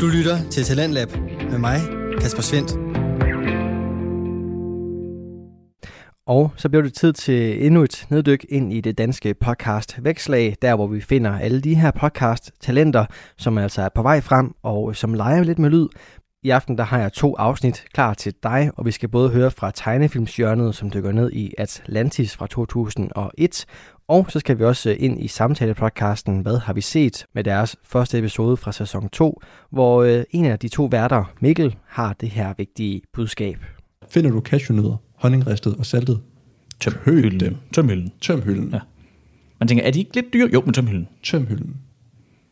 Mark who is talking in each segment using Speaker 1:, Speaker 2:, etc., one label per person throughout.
Speaker 1: Du lytter til Talentlab med mig, Kasper Svendt.
Speaker 2: Og så blev det tid til endnu et neddyk ind i det danske podcast Vækslag, der hvor vi finder alle de her podcast talenter, som altså er på vej frem og som leger lidt med lyd. I aften der har jeg to afsnit klar til dig, og vi skal både høre fra tegnefilmsjørnet, som dykker ned i Atlantis fra 2001, og så skal vi også øh, ind i samtalepodcasten Hvad har vi set med deres første episode fra sæson 2, hvor øh, en af de to værter, Mikkel, har det her vigtige budskab.
Speaker 3: Finder du cashewnødder, honningristet og saltet,
Speaker 4: Tøm
Speaker 3: Høg
Speaker 4: hylden.
Speaker 3: dem.
Speaker 4: Tøm hylden.
Speaker 3: tøm hylden. Ja.
Speaker 4: Ja. Man tænker, er de ikke lidt dyre? Jo, men tøm hylden.
Speaker 3: Tøm hylden.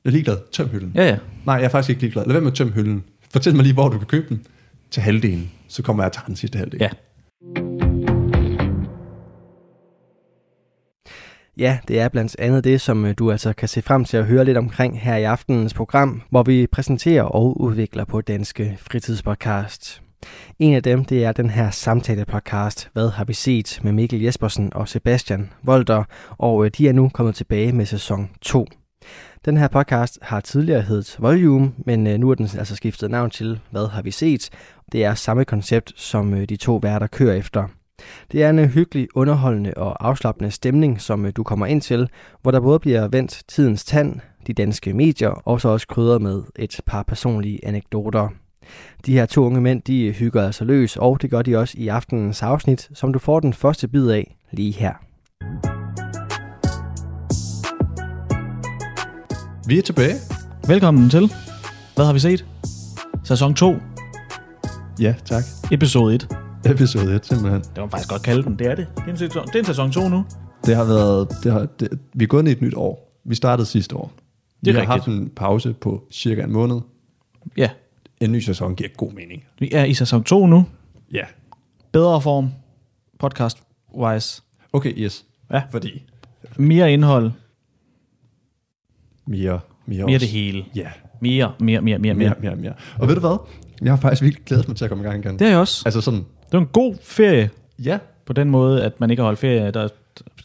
Speaker 3: Jeg er ligeglad. Tøm hylden.
Speaker 4: Ja, ja.
Speaker 3: Nej, jeg er faktisk ikke ligeglad. Lad være med at tømme hylden. Fortæl mig lige, hvor du kan købe den. Til halvdelen. Så kommer jeg og tager den sidste halvdel.
Speaker 4: Ja.
Speaker 2: Ja, det er blandt andet det, som øh, du altså kan se frem til at høre lidt omkring her i aftenens program, hvor vi præsenterer og udvikler på Danske Fritidspodcast. En af dem, det er den her samtalepodcast, Hvad har vi set? med Mikkel Jespersen og Sebastian Volter, og øh, de er nu kommet tilbage med sæson 2. Den her podcast har tidligere heddet Volume, men øh, nu er den altså skiftet navn til Hvad har vi set? Det er samme koncept, som øh, de to værter kører efter. Det er en øh, hyggelig, underholdende og afslappende stemning, som øh, du kommer ind til, hvor der både bliver vendt tidens tand, de danske medier, og så også krydret med et par personlige anekdoter. De her to unge mænd, de øh, hygger altså løs, og det gør de også i aftenens afsnit, som du får den første bid af lige her.
Speaker 3: Vi er tilbage.
Speaker 4: Velkommen til. Hvad har vi set? Sæson 2,
Speaker 3: Ja, tak.
Speaker 4: episode 1.
Speaker 3: Episode 1, simpelthen.
Speaker 4: Det må man faktisk godt kalde den. Det er det. Det er en sæson, det er en sæson 2 nu.
Speaker 3: Det har været... Det har, det, vi er gået ind i et nyt år. Vi startede sidste år. vi
Speaker 4: er
Speaker 3: har
Speaker 4: rigtigt.
Speaker 3: haft en pause på cirka en måned.
Speaker 4: Ja.
Speaker 3: En ny sæson giver god mening.
Speaker 4: Vi er i sæson 2 nu.
Speaker 3: Ja.
Speaker 4: Bedre form. Podcast-wise.
Speaker 3: Okay, yes.
Speaker 4: Ja.
Speaker 3: Fordi...
Speaker 4: Mere indhold.
Speaker 3: Mere, mere,
Speaker 4: Mere
Speaker 3: os.
Speaker 4: det hele.
Speaker 3: Ja,
Speaker 4: Mere, mere, mere, mere, mere.
Speaker 3: mere, mere, mere. Og ved du hvad? Jeg har faktisk virkelig glædet mig til at komme i gang igen.
Speaker 4: Det er jeg også.
Speaker 3: Altså sådan,
Speaker 4: Det var en god ferie.
Speaker 3: ja,
Speaker 4: På den måde, at man ikke har holdt ferie. Der er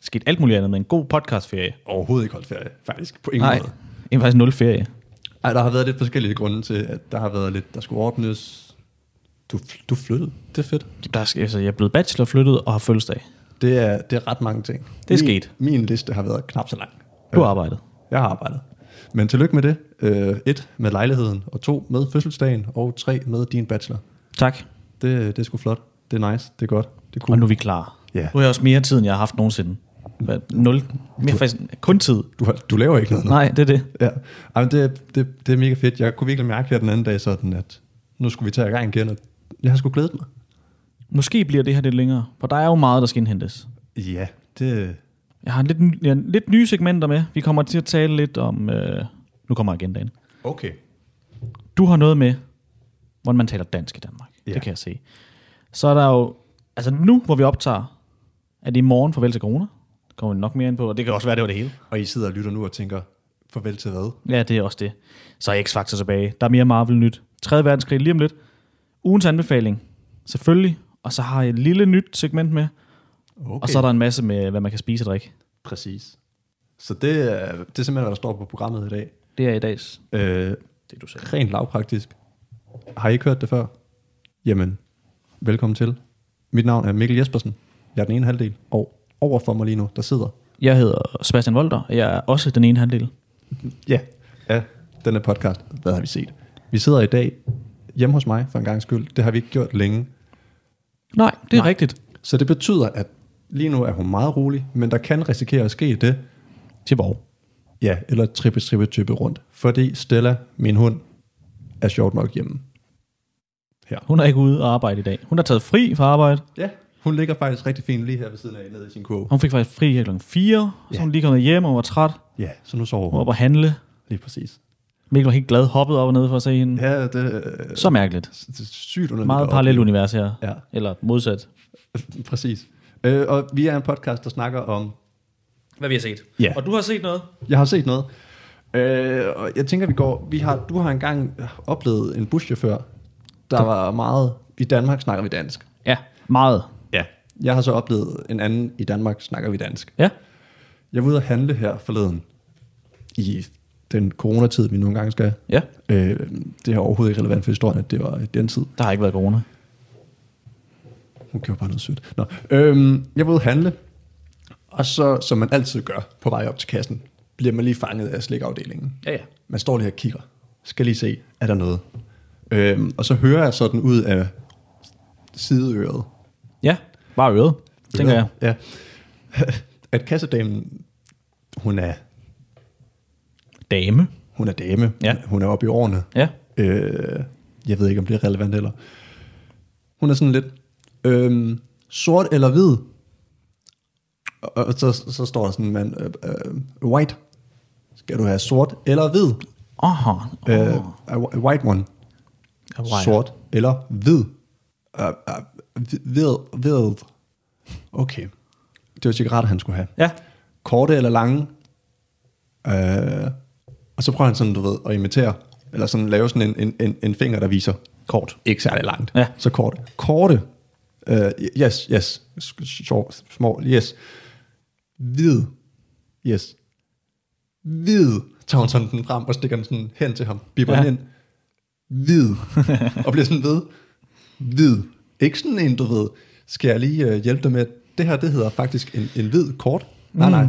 Speaker 4: sket alt muligt andet, men en god podcastferie.
Speaker 3: overhovedet ikke holdt ferie, faktisk, på ingen
Speaker 4: Nej,
Speaker 3: måde.
Speaker 4: det er faktisk nul ferie.
Speaker 3: Ej, der har været lidt forskellige grunde til, at der har været lidt, der skulle ordnes. Du, du flyttede. Det er fedt.
Speaker 4: Der er, altså, jeg er blevet bachelor, flyttet og har fødselsdag.
Speaker 3: Det er, det er ret mange ting.
Speaker 4: Det er
Speaker 3: min,
Speaker 4: sket.
Speaker 3: Min liste har været knap så lang.
Speaker 4: Du har arbejdet.
Speaker 3: Jeg har arbejdet. Men tillykke med det. Øh, et, med lejligheden, og to, med fødselsdagen, og tre, med din bachelor.
Speaker 4: Tak.
Speaker 3: Det, det er sgu flot. Det er nice. Det er godt. Det er
Speaker 4: Og
Speaker 3: cool.
Speaker 4: nu er vi klar.
Speaker 3: Ja.
Speaker 4: Nu er jeg også mere tid, end jeg har haft nogensinde. Hvad, Nul. Mere faktisk, kun tid.
Speaker 3: Du, har- du laver ikke noget nu.
Speaker 4: Nej, det er det.
Speaker 3: Ja. Ej, men det, det, det er mega fedt. Jeg kunne virkelig mærke her den anden dag sådan, at nu skulle vi tage i gang igen, og jeg har sgu glædet mig.
Speaker 4: Måske bliver det her lidt længere, for der er jo meget, der skal indhentes.
Speaker 3: Ja, det...
Speaker 4: Jeg har lidt, jeg har lidt nye segmenter med. Vi kommer til at tale lidt om... Øh, nu kommer agendaen.
Speaker 3: Okay.
Speaker 4: Du har noget med, hvordan man taler dansk i Danmark.
Speaker 3: Ja.
Speaker 4: Det kan jeg se. Så er der jo... Altså nu, hvor vi optager, er det i morgen farvel til corona. Det kommer vi nok mere ind på, og det kan også være, det var det hele.
Speaker 3: Og I sidder og lytter nu og tænker, farvel til hvad?
Speaker 4: Ja, det er også det. Så er X-Factor tilbage. Der er mere Marvel-nyt. 3. verdenskrig lige om lidt. Ugens anbefaling, selvfølgelig. Og så har jeg et lille nyt segment med. Okay.
Speaker 3: Okay.
Speaker 4: Og så er der en masse med, hvad man kan spise og drikke.
Speaker 3: Præcis. Så det, er- det er simpelthen, hvad der står på programmet i dag.
Speaker 4: Det er i dags,
Speaker 3: Øh,
Speaker 4: det du sagde.
Speaker 3: rent lavpraktisk. Har I ikke hørt det før? Jamen, velkommen til. Mit navn er Mikkel Jespersen. Jeg er den ene halvdel, og overfor mig lige nu, der sidder...
Speaker 4: Jeg hedder Sebastian Volter, og jeg er også den ene halvdel.
Speaker 3: Ja. Ja, denne podcast. Hvad har vi set? Vi sidder i dag hjemme hos mig for en gang skyld. Det har vi ikke gjort længe.
Speaker 4: Nej, det er Nej. rigtigt.
Speaker 3: Så det betyder, at lige nu er hun meget rolig, men der kan risikere at ske det,
Speaker 4: Til hvor?
Speaker 3: Ja, eller trippe, trippe, trippe rundt. Fordi Stella, min hund, er sjovt nok hjemme.
Speaker 4: Hun er ikke ude og arbejde i dag. Hun har taget fri fra arbejde.
Speaker 3: Ja, hun ligger faktisk rigtig fint lige her ved siden af, nede i sin kurve.
Speaker 4: Hun fik faktisk fri her klokken 4, så
Speaker 3: Ja.
Speaker 4: hun er lige kommet hjem og var træt.
Speaker 3: Ja, så nu sover
Speaker 4: Hun var
Speaker 3: hun.
Speaker 4: oppe at handle.
Speaker 3: Lige præcis.
Speaker 4: Mikkel var helt glad, hoppede op og ned for at se hende. Ja.
Speaker 3: Ja, det, øh,
Speaker 4: Så mærkeligt.
Speaker 3: det er sygt underligt.
Speaker 4: Meget
Speaker 3: at
Speaker 4: parallelt univers her.
Speaker 3: Ja.
Speaker 4: Eller modsat.
Speaker 3: opleve. Præcis. Øh, og vi er en podcast, der snakker om...
Speaker 4: Hvad vi har set.
Speaker 3: Ja.
Speaker 4: Og du har set noget?
Speaker 3: Jeg har set noget. Øh, og jeg tænker, vi går... Vi har, du har engang oplevet en buschauffør, der var meget... I Danmark snakker vi dansk.
Speaker 4: Ja, meget.
Speaker 3: Ja. Jeg har så oplevet en anden. I Danmark snakker vi dansk.
Speaker 4: Ja.
Speaker 3: Jeg var ude at handle her forleden i den coronatid, vi nogle gange skal.
Speaker 4: Ja,
Speaker 3: Øh, det er overhovedet ikke relevant for historien, at det var den tid.
Speaker 4: der har ikke været corona.
Speaker 3: Hun gjorde bare noget sødt. Nå. Øhm, jeg var ude at handle, og så, som man altid gør på vej op til kassen, bliver man lige fanget af slikafdelingen.
Speaker 4: Ja, ja.
Speaker 3: Man står lige og kigger. Skal lige se, er der noget? Øhm, og så hører jeg sådan ud af sideøret.
Speaker 4: Ja, bare øret, tænker jeg.
Speaker 3: Ja. At kassedamen, hun er,
Speaker 4: Dame.
Speaker 3: hun er dame.
Speaker 4: Ja.
Speaker 3: Hun er oppe i årene.
Speaker 4: Ja,
Speaker 3: Øh, jeg ved ikke, om det er relevant eller. Hun er sådan lidt øh, sort eller hvid. Og, og så, så står der sådan en mand, øh, øh, white. Skal du have sort eller hvid?
Speaker 4: aha.
Speaker 3: Øh, a wh- a white one.
Speaker 4: white.
Speaker 3: Sort eller hvid. Uh, uh, hvid, hvid. Okay. Det var cigaretter, han skulle have
Speaker 4: Ja,
Speaker 3: korte eller lange. Øh, og så prøver han sådan, du ved, at imitere, eller sådan lave sådan en, en, en, en finger, der viser kort. Ikke særlig langt.
Speaker 4: Ja.
Speaker 3: Så kort. Korte. Øh, yes, yes. Short, small, yes. Hvid. Yes. Hvid. Tager hun sådan den frem og stikker den sådan hen til ham. Bipper
Speaker 4: Ja.
Speaker 3: ja. ind. Hvid. og bliver sådan ved. Hvid. Ikke sådan en, du ved. Skal jeg lige øh, hjælpe dig med, at det her, det hedder faktisk en, en hvid kort. Nej,
Speaker 4: Mm.
Speaker 3: nej.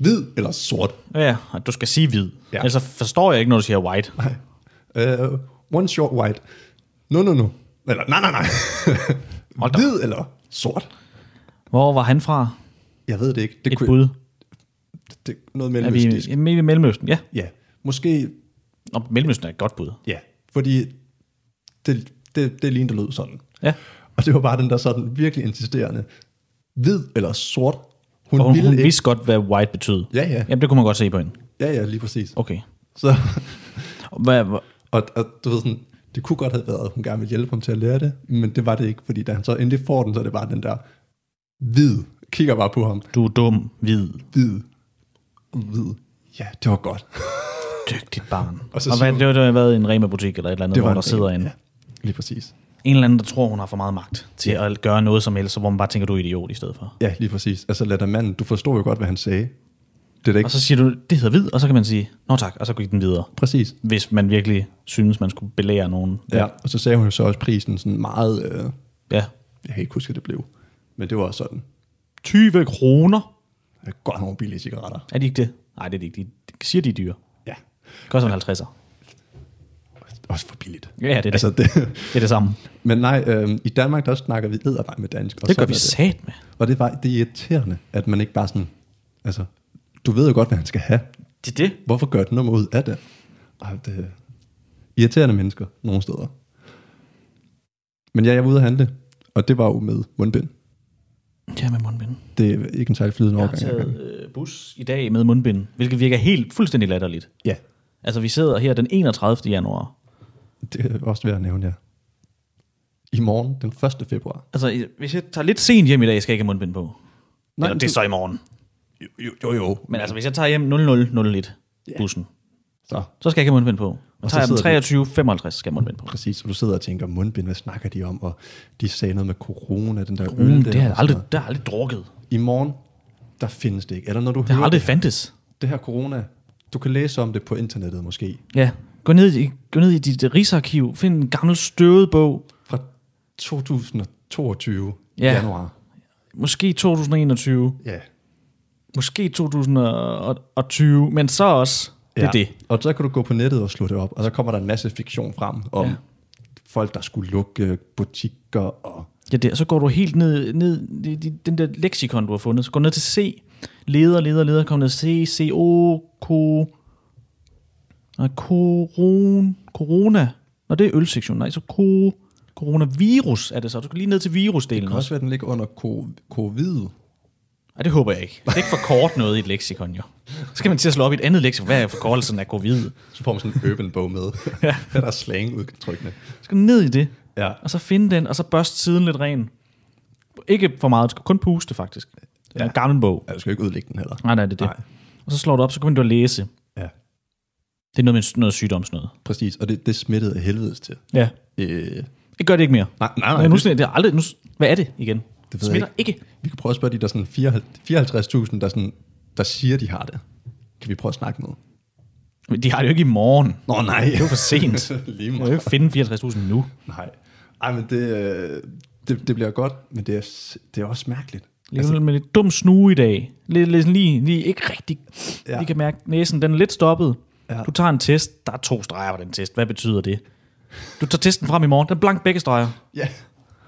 Speaker 3: Hvid eller sort.
Speaker 4: ja, og du skal sige hvid. Ja.
Speaker 3: Ja.
Speaker 4: Ellers så forstår jeg ikke, når du siger white.
Speaker 3: Nej. Uh, one short white. No, no, no. Eller, nej, nej, nej.
Speaker 4: Hold da.
Speaker 3: Hvid eller sort?
Speaker 4: Hvor var han fra?
Speaker 3: Jeg ved det ikke. Det
Speaker 4: Et bud.
Speaker 3: Det, det, noget
Speaker 4: Er vi
Speaker 3: mellemøstisk.
Speaker 4: i, i Mellemøsten? Ja.
Speaker 3: Ja. Måske,
Speaker 4: Nå, Mellemøsten er et godt bud.
Speaker 3: ja. Fordi det, det, det lignede, der lød sådan.
Speaker 4: Ja.
Speaker 3: Og det var bare den der sådan virkelig insisterende. Hvid eller sort? Hun,
Speaker 4: Og hun,
Speaker 3: ville
Speaker 4: hun
Speaker 3: ikke.
Speaker 4: vidste godt, hvad white betød.
Speaker 3: Ja, ja.
Speaker 4: Jamen, det kunne man godt se på hende.
Speaker 3: Ja, ja, lige præcis.
Speaker 4: Okay.
Speaker 3: Så,
Speaker 4: Og Hvad, hvad,
Speaker 3: og, og du ved sådan, det kunne godt have været, at hun gerne ville hjælpe ham til at lære det, men det var det ikke, fordi da han så endelig får den, så er det bare den der hvid, kigger bare på ham,
Speaker 4: du er dum, hvid,
Speaker 3: hvid, hvid. Ja, det var godt.
Speaker 4: dygtigt barn. Og,
Speaker 3: Og så
Speaker 4: og hvad,
Speaker 3: siger hun-
Speaker 4: det, var, det har været en Rema-butik eller et eller andet, hvor der sidder en,
Speaker 3: Ja, lige præcis.
Speaker 4: en eller anden, der tror, hun har for meget magt til at gøre noget som helst, så hvor man bare tænker, du er idiot i stedet for.
Speaker 3: Ja, lige præcis. Altså lad dig manden, du forstod jo godt, hvad han sagde. Det er da ikke
Speaker 4: Og så siger du, det hedder hvid, og så kan man sige, nå tak, og så gik den videre.
Speaker 3: præcis.
Speaker 4: Hvis man virkelig synes, man skulle belære nogen.
Speaker 3: Ja. ja. Og så sagde hun jo så også prisen sådan meget, øh,
Speaker 4: ja.
Speaker 3: jeg kan ikke huske, hvad det blev, men det var også sådan,
Speaker 4: 20 kroner.
Speaker 3: øh, godt nogle billige cigaretter.
Speaker 4: Er de ikke det? Nej, det er de ikke. De siger, de er dyre.
Speaker 3: Ja,
Speaker 4: Koster en 50'er.
Speaker 3: også for billigt.
Speaker 4: Ja, det er det.
Speaker 3: Altså,
Speaker 4: Altså,
Speaker 3: det,
Speaker 4: det er det samme.
Speaker 3: Men nej, øh, i Danmark der snakker vi edderbej med dansk. Og
Speaker 4: Det gør
Speaker 3: sådan
Speaker 4: vi
Speaker 3: er det.
Speaker 4: sat med.
Speaker 3: Og det er, bare, det er irriterende, at man ikke bare sådan, altså, du ved jo godt, hvad han skal have.
Speaker 4: Det er det.
Speaker 3: Hvorfor gør den nummer ud af det? Ej, det er irriterende mennesker nogle steder. Men ja, jeg var ude at handle, og det var jo med mundbind.
Speaker 4: Ja, med mundbind.
Speaker 3: Det er ikke en særlig flydende
Speaker 4: Jeg har
Speaker 3: overgang. jeg
Speaker 4: taget
Speaker 3: gør.
Speaker 4: øh, bus i dag med mundbind, hvilket virker helt fuldstændig latterligt.
Speaker 3: Ja,
Speaker 4: Altså, vi sidder her den 31. januar.
Speaker 3: det er også værd at nævne, ja. I morgen, den 1. februar.
Speaker 4: Altså, i- hvis jeg tager lidt sent hjem i dag, skal jeg ikke have mundbind på. Nej, Eller, det er så i morgen.
Speaker 3: jo, jo, jo, jo.
Speaker 4: Men altså, hvis jeg tager hjem 0001 bussen,
Speaker 3: Så,
Speaker 4: så skal jeg ikke have mundbind på. Og Mm,
Speaker 3: Og så
Speaker 4: tager jeg den
Speaker 3: sidder
Speaker 4: 23.55, skal jeg have mundbind på.
Speaker 3: Præcis, og du sidder og tænker, mundbind, hvad snakker de om? Og de sagde noget med corona, den der
Speaker 4: Mm,
Speaker 3: øl der.
Speaker 4: det har
Speaker 3: og
Speaker 4: jeg
Speaker 3: sådan
Speaker 4: aldrig,
Speaker 3: noget.
Speaker 4: det har jeg aldrig drukket.
Speaker 3: I morgen, der findes det ikke. Eller når du
Speaker 4: Det har
Speaker 3: hører
Speaker 4: aldrig
Speaker 3: det,
Speaker 4: fandtes.
Speaker 3: det her corona, du kan læse om det på internettet måske.
Speaker 4: Ja, gå ned, i, gå ned i dit øh, Rigsarkiv, find en gammel støvet bog,
Speaker 3: Fra 2022,
Speaker 4: Ja.
Speaker 3: januar.
Speaker 4: måske 2021,
Speaker 3: Ja.
Speaker 4: måske 2020, men så også, det er
Speaker 3: ja.
Speaker 4: det.
Speaker 3: Og så kan du gå på nettet og slå det op, og så kommer der en masse fiktion frem om
Speaker 4: Ja.
Speaker 3: ja. folk, der skulle lukke øh, butikker og...
Speaker 4: Ja, det, og så går du helt ned, ned i de- den der leksikon, du har fundet. Så går du ned til C, leder, leder, leder, kom ned til C, C, O, K, nej, koron, corona. Nå, det er ølsektionen. Nej, så ko, coronavirus er det så. Du skal lige ned til virusdelen
Speaker 3: Det kan
Speaker 4: også.
Speaker 3: også være, den ligger under ko- covid.
Speaker 4: Ej, det håber jeg ikke. Det er ikke for kort noget i et leksikon, jo. Så skal man til at slå op i et andet leksikon. Hvad er forkortelsen af covid?
Speaker 3: Så får man sådan en urban bog med. ja. Der er slangudtrykkene.
Speaker 4: Så skal du ned i det,
Speaker 3: Ja.
Speaker 4: og så finde den, og så børste siden lidt ren. Ikke for meget, du skal kun puste, faktisk. Det er en gammel bog.
Speaker 3: ja. Du skal jo ikke udlægge den heller.
Speaker 4: Nej, nej, det er det.
Speaker 3: Nej.
Speaker 4: Og så slår du op, så kan du læse.
Speaker 3: Ja.
Speaker 4: Det er noget med s- noget sygdomsnød.
Speaker 3: Præcis, og det, det smittede af helvedes til.
Speaker 4: Ja.
Speaker 3: Øh,
Speaker 4: Det gør det ikke mere.
Speaker 3: nej, nej, nej.
Speaker 4: Men nu,
Speaker 3: det-
Speaker 4: sådan, det er aldrig, nu, s- hvad er det igen?
Speaker 3: ved jeg
Speaker 4: Smitter ikke. ikke.
Speaker 3: Vi kan prøve at spørge de der sådan 54 54.000, der, sådan, der siger, de har det. Kan vi prøve at snakke med?
Speaker 4: Men de har det jo ikke i morgen.
Speaker 3: Nå nej.
Speaker 4: Det er jo for sent.
Speaker 3: Lige
Speaker 4: Jeg kan jo
Speaker 3: meget. Altså-
Speaker 4: ikke finde 64.000 nu.
Speaker 3: Nej. Ej, men det, øh, det, det bliver godt, men det er, s- det er også mærkeligt.
Speaker 4: Lige altså, med lidt dum snue i dag. Lidt, lidt sådan lige, lige ikke rigtig. Ja.
Speaker 3: Ja.
Speaker 4: Lige kan mærke næsen, den er lidt stoppet. Ja.
Speaker 3: Ja.
Speaker 4: Du tager en test. Der er to streger på den test. Hvad betyder det? Du tager testen frem i morgen. Den er blank begge streger.
Speaker 3: Ja,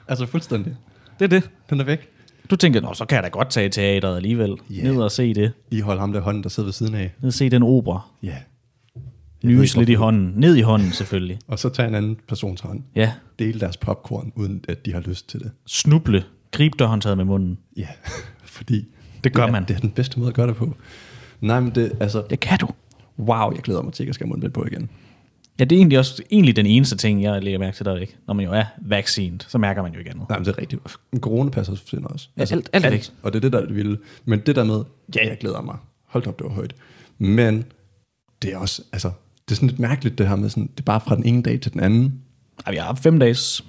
Speaker 3: altså fuldstændig.
Speaker 4: Det er det.
Speaker 3: Den er væk.
Speaker 4: Du tænker, Nå, så kan jeg da godt tage i teateret alligevel.
Speaker 3: Ja.
Speaker 4: Ned og se det.
Speaker 3: Lige hold ham der hånden, der sidder ved siden af.
Speaker 4: Ned og se den opera.
Speaker 3: Ja.
Speaker 4: Nys lidt i hånden. Ned i hånden selvfølgelig.
Speaker 3: Og så tage en anden persons hånd.
Speaker 4: Ja.
Speaker 3: Dele deres popcorn, uden at de har lyst til det.
Speaker 4: Snuble. Grib dørhåndtaget med munden.
Speaker 3: Ja, fordi...
Speaker 4: Det gør
Speaker 3: er-
Speaker 4: man.
Speaker 3: Det er den bedste måde at gøre det på. Nej, men det, altså...
Speaker 4: Det kan du.
Speaker 3: Wow, jeg glæder mig til, at jeg skal have mundbind på igen.
Speaker 4: Ja, det er egentlig også egentlig den eneste ting, jeg lægger mærke til dervæk. Når man jo er vaccined, så mærker man jo ikke andet.
Speaker 3: Nej, men det er rigtigt. Corona passer også for siden også. Altså,
Speaker 4: Ja, alt- alt er væk.
Speaker 3: Og det er det, der er det vilde. Men det der med, ja, jeg glæder mig. Hold da op, det var højt. Men det er også, altså, det er sådan lidt mærkeligt det her med sådan, det er bare fra den ene dag til den anden.
Speaker 4: Ej, vi har haft fem dages.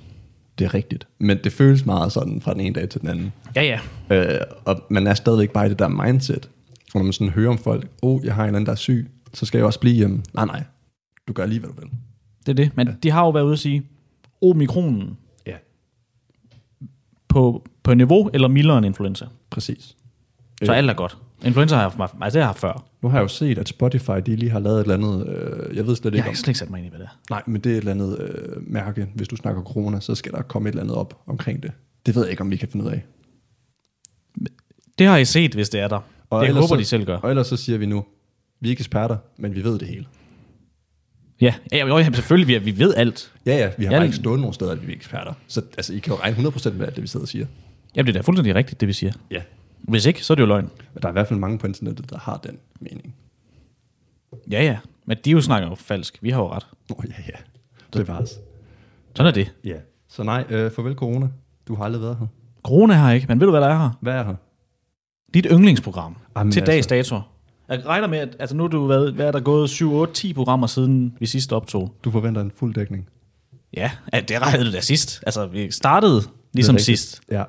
Speaker 3: Det er rigtigt. Men det føles meget sådan fra den ene dag til den anden.
Speaker 4: Ja, ja.
Speaker 3: Øh, og man er stadigvæk bare i det der mindset. Og når man sådan hører om folk, åh, oh, jeg har en eller anden, der er syg, så skal jeg også blive hjemme. Nej, nej. Du gør lige, hvad du vil.
Speaker 4: Det er det. Men ja. de har jo været ude at sige, omikronen
Speaker 3: Ja.
Speaker 4: på, på niveau eller mildere end influenza.
Speaker 3: Præcis.
Speaker 4: Så
Speaker 3: Øh.
Speaker 4: alt er godt. Influenza har jeg haft, altså det har jeg haft før.
Speaker 3: Nu har jeg jo set, at Spotify, de lige har lavet et eller andet, øh, jeg ved slet
Speaker 4: Jeg
Speaker 3: ikke
Speaker 4: har
Speaker 3: om,
Speaker 4: slet ikke sat mig ind i, hvad det er.
Speaker 3: Nej, men det er et eller andet øh, mærke. Hvis du snakker corona, så skal der komme et eller andet op omkring det. Det ved jeg ikke, om vi kan finde ud af.
Speaker 4: Det har I set, hvis det er der. Og det
Speaker 3: ellers
Speaker 4: håber så,
Speaker 3: så,
Speaker 4: de selv gør.
Speaker 3: Og ellers så siger vi nu, vi er ikke eksperter, men vi ved det hele.
Speaker 4: Ja, ja, ja, ja selvfølgelig, vi, er- vi ved alt.
Speaker 3: Ja, ja, vi har
Speaker 4: Ja,
Speaker 3: ja,
Speaker 4: det-
Speaker 3: bare ikke stået nogen steder, at vi er eksperter. Så altså, I kan jo regne 100% med alt det, vi sidder og siger.
Speaker 4: Jamen, det er da fuldstændig rigtigt, det vi siger.
Speaker 3: Ja.
Speaker 4: Hvis ikke, så er det jo løgn.
Speaker 3: Men der er i hvert fald mange på internettet, der har den mening.
Speaker 4: Ja, ja. Men de jo snakker jo falsk. Vi har jo ret.
Speaker 3: Nå, oh, ja, ja. Det var os.
Speaker 4: Sådan er det.
Speaker 3: Ja. Så nej, øh, farvel corona. Du har aldrig været her.
Speaker 4: Corona har ikke, men ved du, hvad der er her?
Speaker 3: Hvad er her?
Speaker 4: Dit yndlingsprogram Jamen,
Speaker 3: Jamen,
Speaker 4: til dags
Speaker 3: altså.
Speaker 4: dato. Jeg regner med, at altså nu har du været, hvad er der gået 7, 8, 10 programmer siden vi sidst optog.
Speaker 3: Du forventer en fuld dækning.
Speaker 4: Ja, at det regnede du da sidst. Altså, vi startede ligesom
Speaker 3: Det er rigtigt.
Speaker 4: sidst.
Speaker 3: Ja.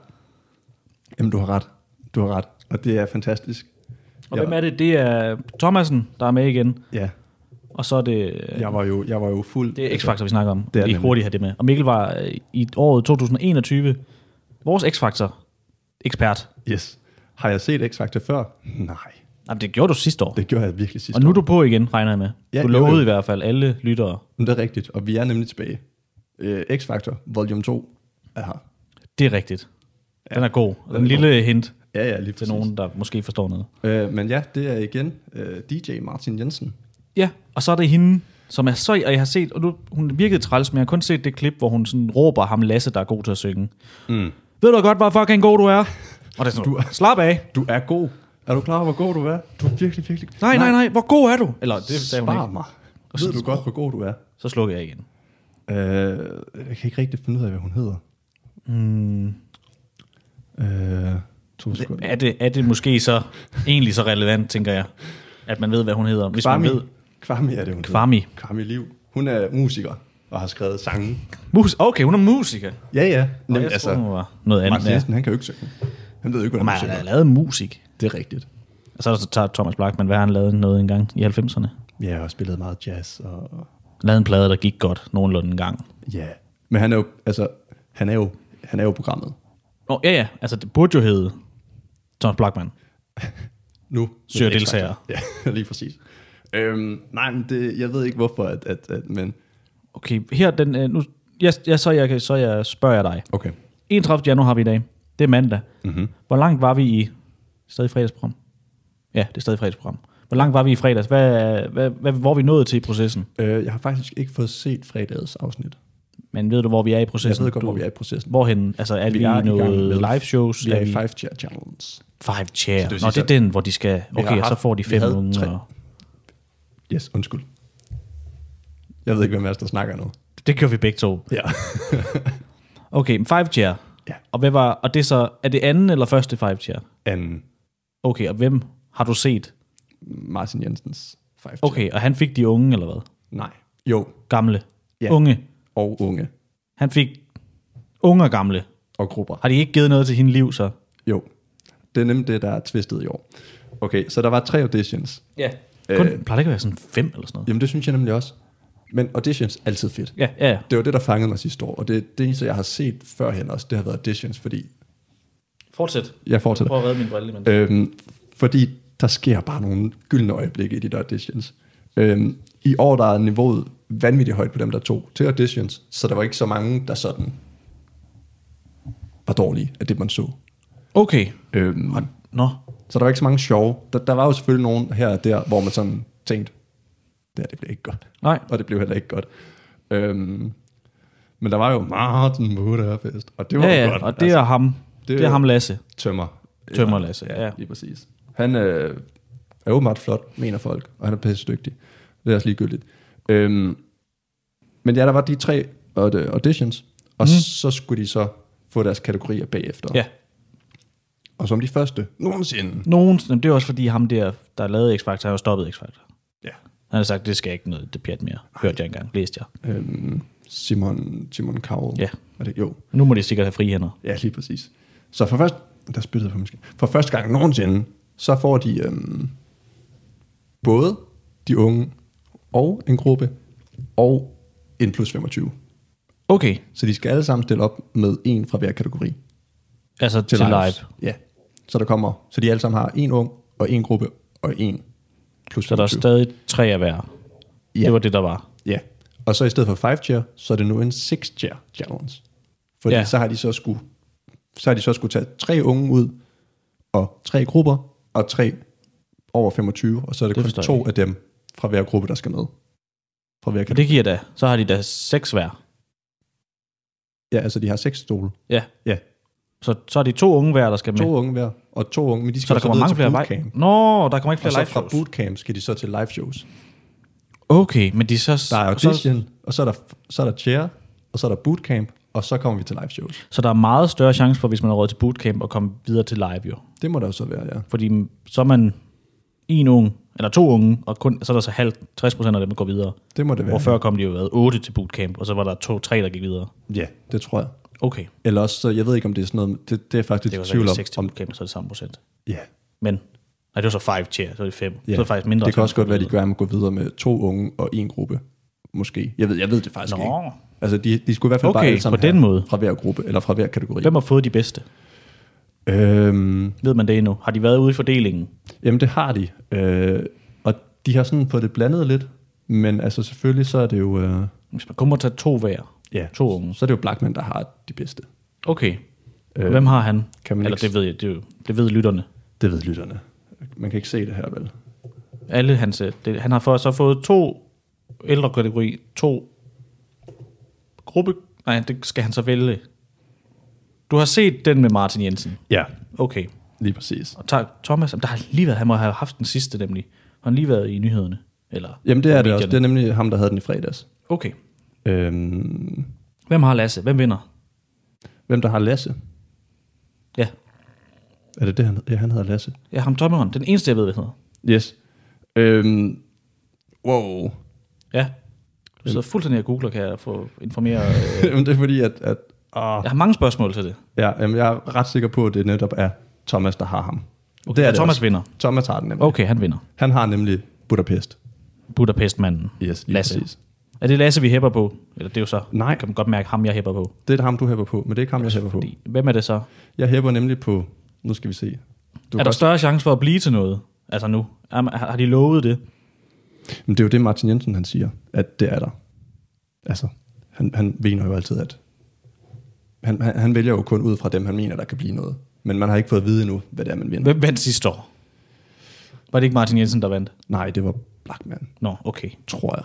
Speaker 3: Jamen, du har ret. Du har ret. Og det er fantastisk.
Speaker 4: Og
Speaker 3: Ja.
Speaker 4: ja. hvem er det? Det er Thomasen, der er med igen.
Speaker 3: Ja.
Speaker 4: Og så er det,
Speaker 3: Jeg var jo, jeg var jo fuld. altså,
Speaker 4: det er X-Factor, vi snakker om. Det
Speaker 3: det
Speaker 4: er
Speaker 3: er
Speaker 4: lige
Speaker 3: nemlig.
Speaker 4: hurtigt have det med. Og Mikkel var øh, i året 2021 vores X-Factor ekspert.
Speaker 3: Yes. Har jeg set X-Factor før? Nej.
Speaker 4: Jamen, det gjorde du sidste år. Det
Speaker 3: Det gjorde jeg virkelig sidste
Speaker 4: og nu er
Speaker 3: år.
Speaker 4: du på igen, regner jeg med. Ja,
Speaker 3: Ja,
Speaker 4: du
Speaker 3: jo,
Speaker 4: lovede
Speaker 3: jo.
Speaker 4: i hvert fald alle lyttere.
Speaker 3: Men det er rigtigt, og vi er nemlig tilbage. Øh, X-Factor, volume 2, er her.
Speaker 4: Det er rigtigt. Den er god. Den en
Speaker 3: er
Speaker 4: lille hint.
Speaker 3: Ja, ja, lige
Speaker 4: til
Speaker 3: præcis.
Speaker 4: nogen, der måske forstår noget.
Speaker 3: Øh, men ja, det er igen øh, DJ Martin Jensen.
Speaker 4: Ja, og så er det hende, som er så, og jeg har set, og nu, hun virkede træls, men jeg har kun set det klip, hvor hun sådan råber ham Lasse, der er god til at synge. Mm. Ved du godt, hvor fucking god du er? Og det er sådan, du, slap af.
Speaker 3: Du er god. Er du klar over, hvor god du er? Du er virkelig, virkelig...
Speaker 4: Nej, nej, nej, hvor god er du? Eller det sagde hun
Speaker 3: Spar
Speaker 4: ikke.
Speaker 3: mig. Ved du godt, hvor god du er?
Speaker 4: Så slukkede jeg igen.
Speaker 3: Øh, jeg kan ikke rigtig finde ud af, hvad hun hedder. Mm. Øh, to sekunder.
Speaker 4: Er det, er det måske så egentlig så relevant, tænker jeg, at man ved, hvad hun hedder? Hvis
Speaker 3: Kvami.
Speaker 4: man ved.
Speaker 3: Kvami er det, hun hedder.
Speaker 4: Kvami.
Speaker 3: Kvami Liv. Hun er musiker og har skrevet sange.
Speaker 4: Mus okay, hun er musiker.
Speaker 3: Ja, ja.
Speaker 4: Og
Speaker 3: Nem,
Speaker 4: jeg
Speaker 3: altså,
Speaker 4: tror, hun var noget andet.
Speaker 3: Martin
Speaker 4: Ja.
Speaker 3: Jensen, han kan jo ikke synge. Han ved jo ikke, hvordan
Speaker 4: Man
Speaker 3: man
Speaker 4: har
Speaker 3: synger.
Speaker 4: lavet musik.
Speaker 3: Det er rigtigt.
Speaker 4: Og så er der så tager Thomas Blackman, hvad har han lavet noget engang i 90'erne?
Speaker 3: Ja, og spillet meget jazz. Og...
Speaker 4: Lavede en plade, der gik godt nogenlunde en gang.
Speaker 3: Ja. Men han er jo, altså, han er jo, han er jo programmet.
Speaker 4: Nå, ja, ja. Altså, det burde jo hedde Thomas Blackman.
Speaker 3: Nu.
Speaker 4: Søger
Speaker 3: Med X
Speaker 4: deltagere.
Speaker 3: Factor. Ja, lige præcis. Øhm, nej, men det, jeg ved ikke hvorfor, at, at, at men...
Speaker 4: Okay, her den... øh, Nu, ja, ja, så, jeg, kan- så jeg spørger jeg dig.
Speaker 3: Okay.
Speaker 4: 31. januar har vi i dag. Det er mandag.
Speaker 3: Mm-hmm.
Speaker 4: Hvor langt var vi i... Stadig fredagsprogram? Ja, det er stadig fredagsprogram. Hvor langt var vi i fredags? Hvad, hvad, hvad, hvor er vi nået til i processen?
Speaker 3: Øh, jeg har faktisk ikke fået set fredagens afsnit.
Speaker 4: Men ved du, hvor vi er i
Speaker 3: Jeg
Speaker 4: processen?
Speaker 3: ved godt,
Speaker 4: Du-
Speaker 3: hvor vi er i processen.
Speaker 4: Hvorhen? Altså, er vi, vi er i noget live shows?
Speaker 3: Vi er i Five Chair Challenge.
Speaker 4: Five Chair.
Speaker 3: vil
Speaker 4: Nå, det
Speaker 3: sige,
Speaker 4: er den, hvor de skal...
Speaker 3: har
Speaker 4: Okay, og så
Speaker 3: haft-
Speaker 4: får de
Speaker 3: vi
Speaker 4: fem
Speaker 3: havde
Speaker 4: unge.
Speaker 3: tre.
Speaker 4: Og...
Speaker 3: Yes, undskyld. Jeg ved ikke, hvem af os, der snakker nu.
Speaker 4: Det gør vi begge to.
Speaker 3: Ja.
Speaker 4: Okay, men Five Chair.
Speaker 3: Ja.
Speaker 4: Og, hvad var, og det er så, er det anden eller første Five Chair?
Speaker 3: Anden
Speaker 4: Okay, og hvem har du set?
Speaker 3: Martin Jensens Five Chair.
Speaker 4: Okay, og han fik de unge, eller hvad?
Speaker 3: Nej. Jo,
Speaker 4: Gamle.
Speaker 3: Ja.
Speaker 4: Unge.
Speaker 3: og unge.
Speaker 4: Han fik unge og gamle.
Speaker 3: Og grupper.
Speaker 4: Har de ikke givet noget til hende liv, så?
Speaker 3: Jo. Det er nemlig det, der er tvistet i år. Okay, så der var tre auditions.
Speaker 4: Ja. Kun, øh, plejer det ikke at være sådan fem eller sådan noget?
Speaker 3: Jamen det synes jeg nemlig også. Men auditions er altid fedt.
Speaker 4: Ja, ja, ja.
Speaker 3: Det var det, der fangede mig sidste år, og det, det eneste, jeg har set førhen også, det har været auditions, fordi
Speaker 4: Fortsæt.
Speaker 3: jeg fortsætter.
Speaker 4: Prøv at redde min brille, men...
Speaker 3: Øhm, fordi der sker bare nogle gyldne øjeblikke i de der auditions. Øhm, I år der er niveauet vanvittigt højt på dem, der tog til auditions, så der var ikke så mange, der sådan var dårlige af det, man så.
Speaker 4: Øh, Okay.
Speaker 3: Øhm,
Speaker 4: Nå.
Speaker 3: så der var ikke så mange sjove. Der, der var jo selvfølgelig nogen her og der, hvor man sådan tænkte, det her, det bliver ikke godt.
Speaker 4: Nej.
Speaker 3: Og det blev heller ikke godt. Øhm, men der var jo Martin Budapest, og det var
Speaker 4: Ja,
Speaker 3: jo
Speaker 4: ja,
Speaker 3: godt. Altså,
Speaker 4: og det er ham. Det er, det er ham Lasse.
Speaker 3: tømmer.
Speaker 4: Tømmer Lasse, ja.
Speaker 3: Lige præcis. Han øh, er åbenbart flot, mener folk, og han er pisse dygtig. Det er også ligegyldigt. Øhm, men ja, der var de tre aud- auditions, og mm. så skulle de så få deres kategorier bagefter.
Speaker 4: Mhm. Ja.
Speaker 3: Og som de første nogensinde.
Speaker 4: Nogen, jamen, det er også fordi ham der, der lavede X-Factor, har jo stoppet X-Factor.
Speaker 3: Ja.
Speaker 4: Han har sagt, det skal ikke noget, det pjat mere. Hørte jeg engang, læste jeg.
Speaker 3: Øhm, Simon, Simon Cowell.
Speaker 4: Ja.
Speaker 3: Er det? Jo.
Speaker 4: Nu må de sikkert have frie hænder.
Speaker 3: Ja, lige præcis. Så for første, der spyttede jeg på måske. For første gang nogensinde, så får de øhm, både de unge og en gruppe og en plus 25.
Speaker 4: Okay,
Speaker 3: Så de skal alle sammen stille op med en fra hver kategori.
Speaker 4: altså til, til live.
Speaker 3: lives. Ja. Så der kommer, så de alle sammen har en ung og en gruppe og en plus
Speaker 4: Så der
Speaker 3: 25.
Speaker 4: er stadig tre af hver.
Speaker 3: Ja.
Speaker 4: Det var det, der var.
Speaker 3: Ja, og så i stedet for 5 chair, så er det nu en 6 chair challenge. Fordi
Speaker 4: Ja.
Speaker 3: ja. så har de så skulle så har de så skulle tage tre unge ud, og tre grupper, og tre over 25, og så er det,
Speaker 4: Det
Speaker 3: det
Speaker 4: forstår
Speaker 3: kun
Speaker 4: jeg
Speaker 3: to
Speaker 4: ikke.
Speaker 3: af dem fra hver gruppe, der skal med. Fra hver
Speaker 4: Og
Speaker 3: kategori.
Speaker 4: det giver da, så har de da seks hver.
Speaker 3: Ja, altså de har seks stole.
Speaker 4: Ja.
Speaker 3: Ja,
Speaker 4: Så, så er de to unge hver, der skal med.
Speaker 3: to unge hver, og to unge, men de
Speaker 4: så
Speaker 3: skal
Speaker 4: der
Speaker 3: jo
Speaker 4: kommer
Speaker 3: videre
Speaker 4: mange
Speaker 3: til
Speaker 4: flere vej.
Speaker 3: bootcamp.
Speaker 4: Nå, der kommer ikke
Speaker 3: Og
Speaker 4: flere
Speaker 3: så
Speaker 4: live
Speaker 3: fra
Speaker 4: shows.
Speaker 3: bootcamp skal de så til live shows.
Speaker 4: Okay, men de så...
Speaker 3: Der er
Speaker 4: så,
Speaker 3: audition, og så er der, så er der chair, og så er der bootcamp, og så kommer vi til live shows.
Speaker 4: så der er meget større chance for, hvis man har råd til bootcamp, at komme videre til live jo.
Speaker 3: Det må der jo så være, ja.
Speaker 4: Fordi så er man en ung, eller to unge, og kun, så er der så 50 procent af dem, der går videre.
Speaker 3: Det må det være.
Speaker 4: Hvor før kom de jo været otte til bootcamp, og så var der to, tre, der gik videre.
Speaker 3: Ja, det tror jeg.
Speaker 4: Okay,
Speaker 3: Eller også, så jeg ved ikke, om det er sådan noget, det, det er faktisk
Speaker 4: det var
Speaker 3: det
Speaker 4: så
Speaker 3: tvivl
Speaker 4: ikke
Speaker 3: om.
Speaker 4: 6 til
Speaker 3: om
Speaker 4: bootcamp, så er det samme procent.
Speaker 3: ja, yeah,
Speaker 4: Men, nej, det var så 5 chair, så er det 5. Så er
Speaker 3: yeah.
Speaker 4: det faktisk mindre.
Speaker 3: Det kan også
Speaker 4: chance for
Speaker 3: godt være,
Speaker 4: at
Speaker 3: de gør, at man går videre med to unge og en gruppe, måske. Jeg ved, jeg ved det faktisk
Speaker 4: Nå.
Speaker 3: ikke. Altså, de, de skulle i hvert fald bare
Speaker 4: Okay,
Speaker 3: alle sammen
Speaker 4: på den
Speaker 3: have
Speaker 4: måde.
Speaker 3: Fra hver gruppe, eller fra hver kategori.
Speaker 4: Hvem har fået de bedste?
Speaker 3: Øhm,
Speaker 4: Ved man det endnu? Har de været ude i fordelingen?
Speaker 3: jamen, det har de. Øh, og de har sådan fået det blandet lidt, men altså selvfølgelig, så er det jo... Øh,
Speaker 4: Hvis man kun må tage to hver.
Speaker 3: ja,
Speaker 4: To unge.
Speaker 3: Så er det jo Blackman, der har de bedste.
Speaker 4: Okay. Øh, Hvem har han?
Speaker 3: kan man
Speaker 4: Eller
Speaker 3: ikke-
Speaker 4: det ved jeg, det, er jo- det ved lytterne.
Speaker 3: Det ved lytterne. Man kan ikke se det her, vel?
Speaker 4: Alle hans, øh, det, han har for, så fået to ældre kategori, to gruppe, nej, det skal han så vælge. Du har set den med Martin Jensen.
Speaker 3: Ja,
Speaker 4: Okay.
Speaker 3: lige præcis.
Speaker 4: Og tager Thomas, jamen, der har lige været, han må have haft den sidste nemlig. Han har lige været i nyhederne. Eller
Speaker 3: Jamen, det er det også. Det er
Speaker 4: medierne.
Speaker 3: nemlig ham, der havde den i fredags.
Speaker 4: Okay.
Speaker 3: Øhm,
Speaker 4: Hvem har Lasse? Hvem vinder?
Speaker 3: hvem der har Lasse?
Speaker 4: Ja,
Speaker 3: Er det det, han hedder? Ja, han hedder Lasse.
Speaker 4: ja ham Tømmerhånd. Den eneste, jeg ved, hvad hedder.
Speaker 3: Yes. Øhm, wow.
Speaker 4: Ja. Du sidder fuldstændig og googler, kan jeg få informere. øh,
Speaker 3: Jamen, det er fordi, at... at ah,
Speaker 4: Jeg har mange spørgsmål til det.
Speaker 3: ja, jamen, jeg er ret sikker på, at det netop er Thomas, der har ham.
Speaker 4: Okay, det er Thomas
Speaker 3: også.
Speaker 4: vinder.
Speaker 3: Thomas har den nemlig.
Speaker 4: Okay, han vinder.
Speaker 3: Han har nemlig Budapest.
Speaker 4: Budapestmanden.
Speaker 3: Yes, lige
Speaker 4: Lasse.
Speaker 3: præcis.
Speaker 4: Er det Lasse, vi hæpper på? Eller det er jo så,
Speaker 3: Nej.
Speaker 4: kan man godt mærke, ham jeg hæpper på.
Speaker 3: Det er ham, du hæpper på, men det er ikke ham, jeg hæpper på.
Speaker 4: Fordi, hvem er det så?
Speaker 3: Jeg hæpper nemlig på... Nu skal vi se. Du
Speaker 4: Er der større chance for at blive til noget? Altså nu? Er man- Har de lovet det?
Speaker 3: men det er jo det, Martin Jensen han siger, at det er der. Altså, han, han mener jo altid, at... Han, han, han vælger jo kun ud fra dem, han mener, der kan blive noget. Men man har ikke fået at vide endnu, hvad det er, man vinder.
Speaker 4: Hvem vandt sidste år? Var det ikke Martin Jensen, der vandt?
Speaker 3: Nej, det var Blackman,
Speaker 4: Nå, okay.
Speaker 3: tror jeg.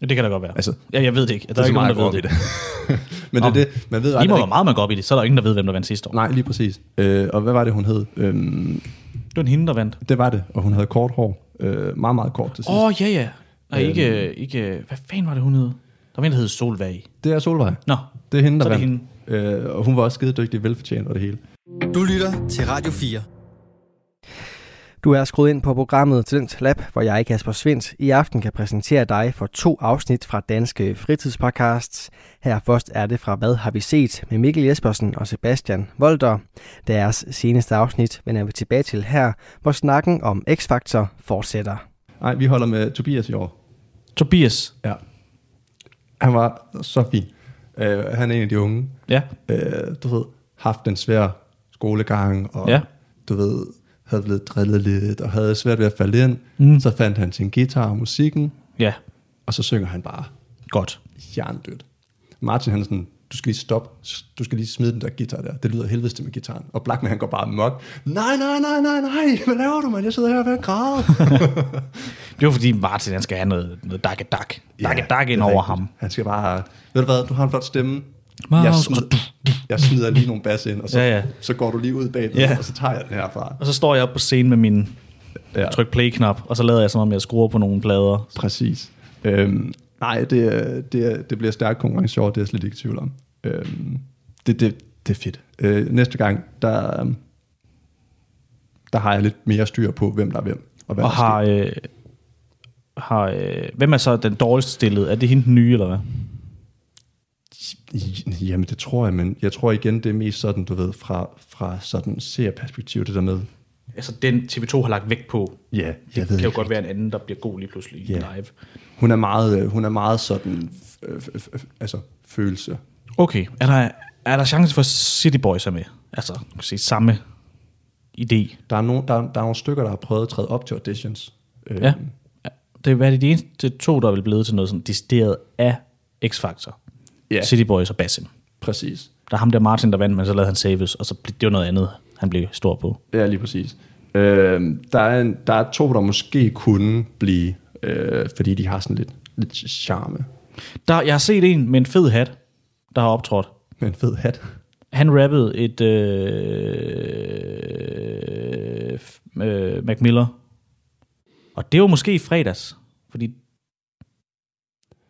Speaker 4: Ja, Det kan da godt være.
Speaker 3: Altså,
Speaker 4: ja, jeg ved det ikke. Der er,
Speaker 3: så
Speaker 4: ikke nogen,
Speaker 3: meget,
Speaker 4: der ved
Speaker 3: jeg
Speaker 4: det.
Speaker 3: går Men det er det, man ved
Speaker 4: Lige
Speaker 3: aldrig.
Speaker 4: meget, hvor meget man går op i det, så er der ingen, der ved, hvem der vandt sidste år.
Speaker 3: Nej, lige præcis. Øh, og hvad var det, hun hed? Øhm,
Speaker 4: Det var en hende, der vandt.
Speaker 3: det var det, og hun havde kort hår. Øh, meget, meget kort til sidst.
Speaker 4: Åh,
Speaker 3: Oh.
Speaker 4: oh, ja, ja. Og ikke, ikke, hvad fanden var det, hun hed? Der var en, der hed Solvej.
Speaker 3: Det er Solvej.
Speaker 4: Nå,
Speaker 3: Det er hende, der
Speaker 4: Så er det
Speaker 3: vandt. Øh, og hun var også skide dygtig, velfortjent og det hele.
Speaker 1: Du lytter til Radio 4.
Speaker 2: Du er skruet ind på programmet Talent Lab, hvor jeg, Kasper Svendt, i aften kan præsentere dig for to afsnit fra Danske Fritidspodcasts. Her først er det fra Hvad har vi set med Mikkel Jespersen og Sebastian Volter. Deres seneste afsnit vender vi tilbage til her, hvor snakken om X-Factor fortsætter.
Speaker 3: Nej, vi holder med Tobias i år.
Speaker 4: Tobias.
Speaker 3: Ja. Han var så fin. Øh, han er en af de unge.
Speaker 4: Ja.
Speaker 3: Øh, du ved, haft en svær skolegang, og
Speaker 4: Ja.
Speaker 3: du ved, havde blevet drillet lidt, og havde svært ved at falde ind. Mm. Så fandt han sin guitar og musikken,
Speaker 4: Ja.
Speaker 3: og så synger han bare
Speaker 4: Godt.
Speaker 3: jerndødt. Martin han er sådan, du skal lige stoppe, du skal lige smide den der guitar der, det lyder helvedes til med gitaren. Og Blackman han går bare mok, nej, nej, nej, nej, nej, hvad laver du, mand, jeg sidder her og er ved at græde.
Speaker 4: Det var fordi Martin, han skal have noget, noget dakke dak. Dakke dak
Speaker 3: det er
Speaker 4: ind over
Speaker 3: rigtigt.
Speaker 4: ham.
Speaker 3: Han skal bare, ved du hvad, du har en flot stemme,
Speaker 4: Mouse,
Speaker 3: jeg
Speaker 4: og så
Speaker 3: smider, jeg smider lige nogle bass ind, og så,
Speaker 4: Ja, ja.
Speaker 3: så går du lige ud bag den,
Speaker 4: Ja.
Speaker 3: og så tager jeg den herfra.
Speaker 4: Og så står jeg op på scenen med min
Speaker 3: Ja.
Speaker 4: ja. tryk play-knap, og så lader jeg som om, jeg skruer på nogle plader.
Speaker 3: Præcis. Øhm, nej, det, er- det, er- det bliver stærkt konkurrence i år, det er jeg slet ikke i tvivl om. Øhm, det, det, det er fedt. Øh, næste gang, der, øhm, der har jeg lidt mere styr på, hvem der er hvem. hvad der
Speaker 4: Og
Speaker 3: sker.
Speaker 4: har... Øh, har øh, hvem er så den dårligste stillet? Er det hende den nye, eller hvad?
Speaker 3: Jamen, det tror jeg, men jeg tror igen, det er mest sådan, du ved, fra, fra sådan seerperspektiv, det der med,
Speaker 4: Altså den TV2 har lagt vægt på.
Speaker 3: ja, jeg
Speaker 4: Det
Speaker 3: ved
Speaker 4: kan jo
Speaker 3: ikke
Speaker 4: godt være en anden, der bliver god lige pludselig
Speaker 3: Ja.
Speaker 4: yeah. live.
Speaker 3: Hun er meget, øh, hun er meget sådan, f- f- f- altså, følelse.
Speaker 4: Okay, er der, er der chance for City Boys er med? Altså, kan man sige, samme idé.
Speaker 3: Der er, nogle, der, er- der er nogle stykker, der har prøvet at træde op til auditions. Øh,
Speaker 4: Ja. Det er, hvad er det de eneste to, der er vel blevet til noget sådan decideret af X-Factor.
Speaker 3: Ja.
Speaker 4: City Boys og Basim.
Speaker 3: Præcis.
Speaker 4: Der er ham der Martin, der vandt, men så lavede han Saves, og så blev det var noget andet, han blev stor på.
Speaker 3: Ja, lige præcis. Øh, der, er en, der er to, der måske kunne blive, øh, fordi de har sådan lidt, lidt charme.
Speaker 4: Der, jeg har set en med en fed hat, der har optrådt.
Speaker 3: Med en fed hat.
Speaker 4: Han rappede et øh, f- øh, Mac Miller. Og det var måske i fredags, fordi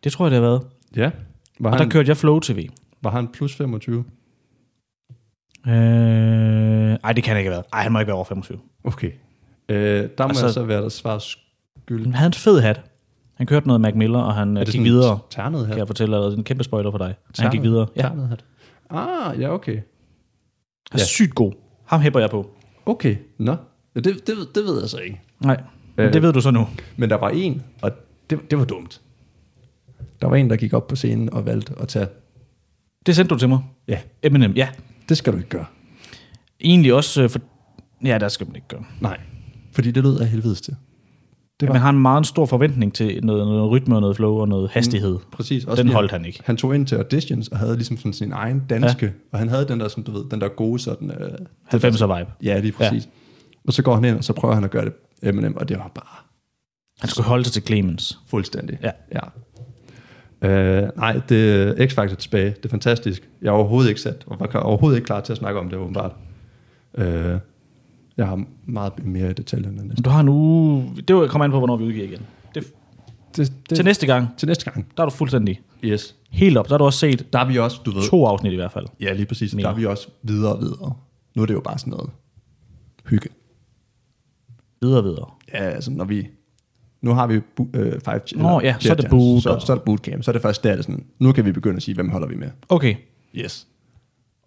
Speaker 4: det tror jeg, det har været.
Speaker 3: Ja. Var
Speaker 4: Og
Speaker 3: han,
Speaker 4: der kørte jeg Flow Øh, TV.
Speaker 3: var han plus 25?
Speaker 4: Øh, ej, det kan han ikke have været. Ej, han må ikke være over 25.
Speaker 3: Okay. Øh, der må
Speaker 4: Altså-
Speaker 3: altså, jeg så være der svar skyld.
Speaker 4: Han havde en fed hat. Han kørte noget Mac Miller, og han øh, gik videre.
Speaker 3: ternet
Speaker 4: Kan
Speaker 3: hat?
Speaker 4: jeg fortælle dig, det er en kæmpe spoiler for dig. Han
Speaker 3: Ternet-
Speaker 4: gik videre. Ja, han
Speaker 3: Ternet hat. Ah, ja, okay.
Speaker 4: er sygt god. Ham hæpper jeg på.
Speaker 3: Okay, nå. Ja, det, det, det ved jeg så ikke.
Speaker 4: Nej,
Speaker 3: Øh.
Speaker 4: øh. det ved du så nu.
Speaker 3: Men der var en, og det, det var dumt. Der var en, der gik op på scenen og valgte at tage,
Speaker 4: Det sendte du til mig.
Speaker 3: ja,
Speaker 4: Eminem, ja.
Speaker 3: det skal du ikke gøre.
Speaker 4: Egentlig også øh, for... Ja, der skal man ikke gøre.
Speaker 3: Nej, fordi det lød af helvedes til.
Speaker 4: Det
Speaker 3: var-
Speaker 4: Man har en meget stor forventning til noget, noget rytme og noget flow og noget hastighed. Mm,
Speaker 3: Præcis.
Speaker 4: Også Den
Speaker 3: fordi
Speaker 4: holdt han ikke.
Speaker 3: Han tog ind til auditions og havde ligesom sådan sin egen danske, ja. og han havde den der, som du ved, den der gode sådan... Øh,
Speaker 4: 90'er vibe.
Speaker 3: ja, lige præcis. Ja. Og så går han ind, og så prøver han at gøre det Eminem, og det var bare
Speaker 4: Han skulle holde sig til Clemens.
Speaker 3: fuldstændig.
Speaker 4: Ja.
Speaker 3: ja. Øh, nej, det er X-Factor tilbage. Det er fantastisk. Jeg er overhovedet ikke sat, og var klar- overhovedet ikke klar til at snakke om det, åbenbart. Øh, jeg har meget mere i detaljer end næste.
Speaker 4: Du har en uge... Det var- kommer an på, hvornår vi udgiver igen. Det,
Speaker 3: Det, det,
Speaker 4: til næste gang,
Speaker 3: til næste gang.
Speaker 4: der er du fuldstændig
Speaker 3: Yes.
Speaker 4: helt op. Der har du også set
Speaker 3: Der er vi også, du ved...
Speaker 4: to afsnit i hvert fald.
Speaker 3: Ja, lige præcis.
Speaker 4: Mere.
Speaker 3: Der er vi også videre og videre. Nu er det jo bare sådan noget hygge.
Speaker 4: Videre og videre.
Speaker 3: Ja, altså når vi... Nu har vi bu- øh, five ch-
Speaker 4: Nå,
Speaker 3: eller
Speaker 4: ja,
Speaker 3: jet
Speaker 4: så er det
Speaker 3: jams.
Speaker 4: boot
Speaker 3: Så,
Speaker 4: og-
Speaker 3: så er det bootcamp. Så er det først der, det er sådan, nu kan vi begynde at sige, hvem holder vi med.
Speaker 4: Okay,
Speaker 3: Yes.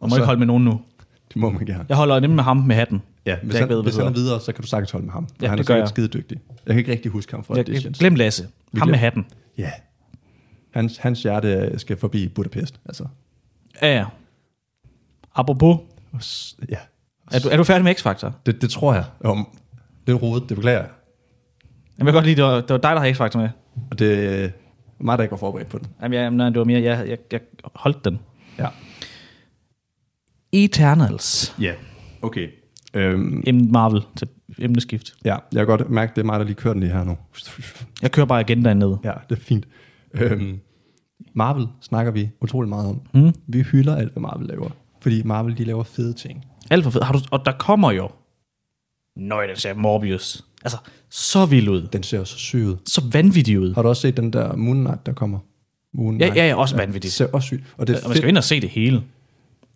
Speaker 4: og må så...
Speaker 3: så-
Speaker 4: ikke holde med nogen nu.
Speaker 3: Det må man gerne.
Speaker 4: Jeg holder nemlig med ham med hatten.
Speaker 3: Ja, hvis
Speaker 4: jeg
Speaker 3: han,
Speaker 4: ikke ved,
Speaker 3: hvis
Speaker 4: hvad
Speaker 3: han er
Speaker 4: hedder.
Speaker 3: videre, så kan du sagtens holde med ham.
Speaker 4: Ja,
Speaker 3: han
Speaker 4: det
Speaker 3: er
Speaker 4: gør
Speaker 3: sikkert
Speaker 4: jeg.
Speaker 3: skide dygtig. Jeg kan ikke rigtig huske ham fra
Speaker 4: Jeg, jeg,
Speaker 3: auditions.
Speaker 4: glem Lasse. Ham med
Speaker 3: glemmer-
Speaker 4: hatten.
Speaker 3: Ja. Hans, hans hjerte skal forbi Budapest. Altså,
Speaker 4: Ja, ja. Apropos,
Speaker 3: Og s- ja.
Speaker 4: er du, er du færdig med X-Factor?
Speaker 3: Det, det tror jeg. Om, det er rodet, det beklager jeg.
Speaker 4: Jeg vil godt lide, det var, det var dig, der har X-Factor med.
Speaker 3: Og det er mig, der ikke var forberedt på den.
Speaker 4: Jamen, jeg, nej, det var mere, jeg, jeg, jeg holdt den.
Speaker 3: Ja.
Speaker 4: Eternals.
Speaker 3: Ja, okay. Øhm,
Speaker 4: Emnet Marvel til emneskift.
Speaker 3: ja, jeg kan godt mærke, det er mig, der lige kører den lige her nu.
Speaker 4: Jeg kører bare agendaen ned.
Speaker 3: Ja, det er fint. Øhm, Marvel snakker vi utrolig meget om.
Speaker 4: Mm.
Speaker 3: Vi hylder alt, hvad Marvel laver. Fordi Marvel, de laver fede ting.
Speaker 4: Alt for fedt. Har du, og der kommer jo... Nøj, den ser Morbius. Altså, så vild ud.
Speaker 3: Den ser så syg ud.
Speaker 4: Så vanvittig ud.
Speaker 3: Har du også set den der Moon Knight, der kommer? Moon
Speaker 4: Ja,
Speaker 3: Knight.
Speaker 4: ja, ja, også
Speaker 3: Det
Speaker 4: vanvittigt.
Speaker 3: ser også sygt. Og det
Speaker 4: Og
Speaker 3: er
Speaker 4: man skal jo
Speaker 3: fedt.
Speaker 4: ind og se det hele.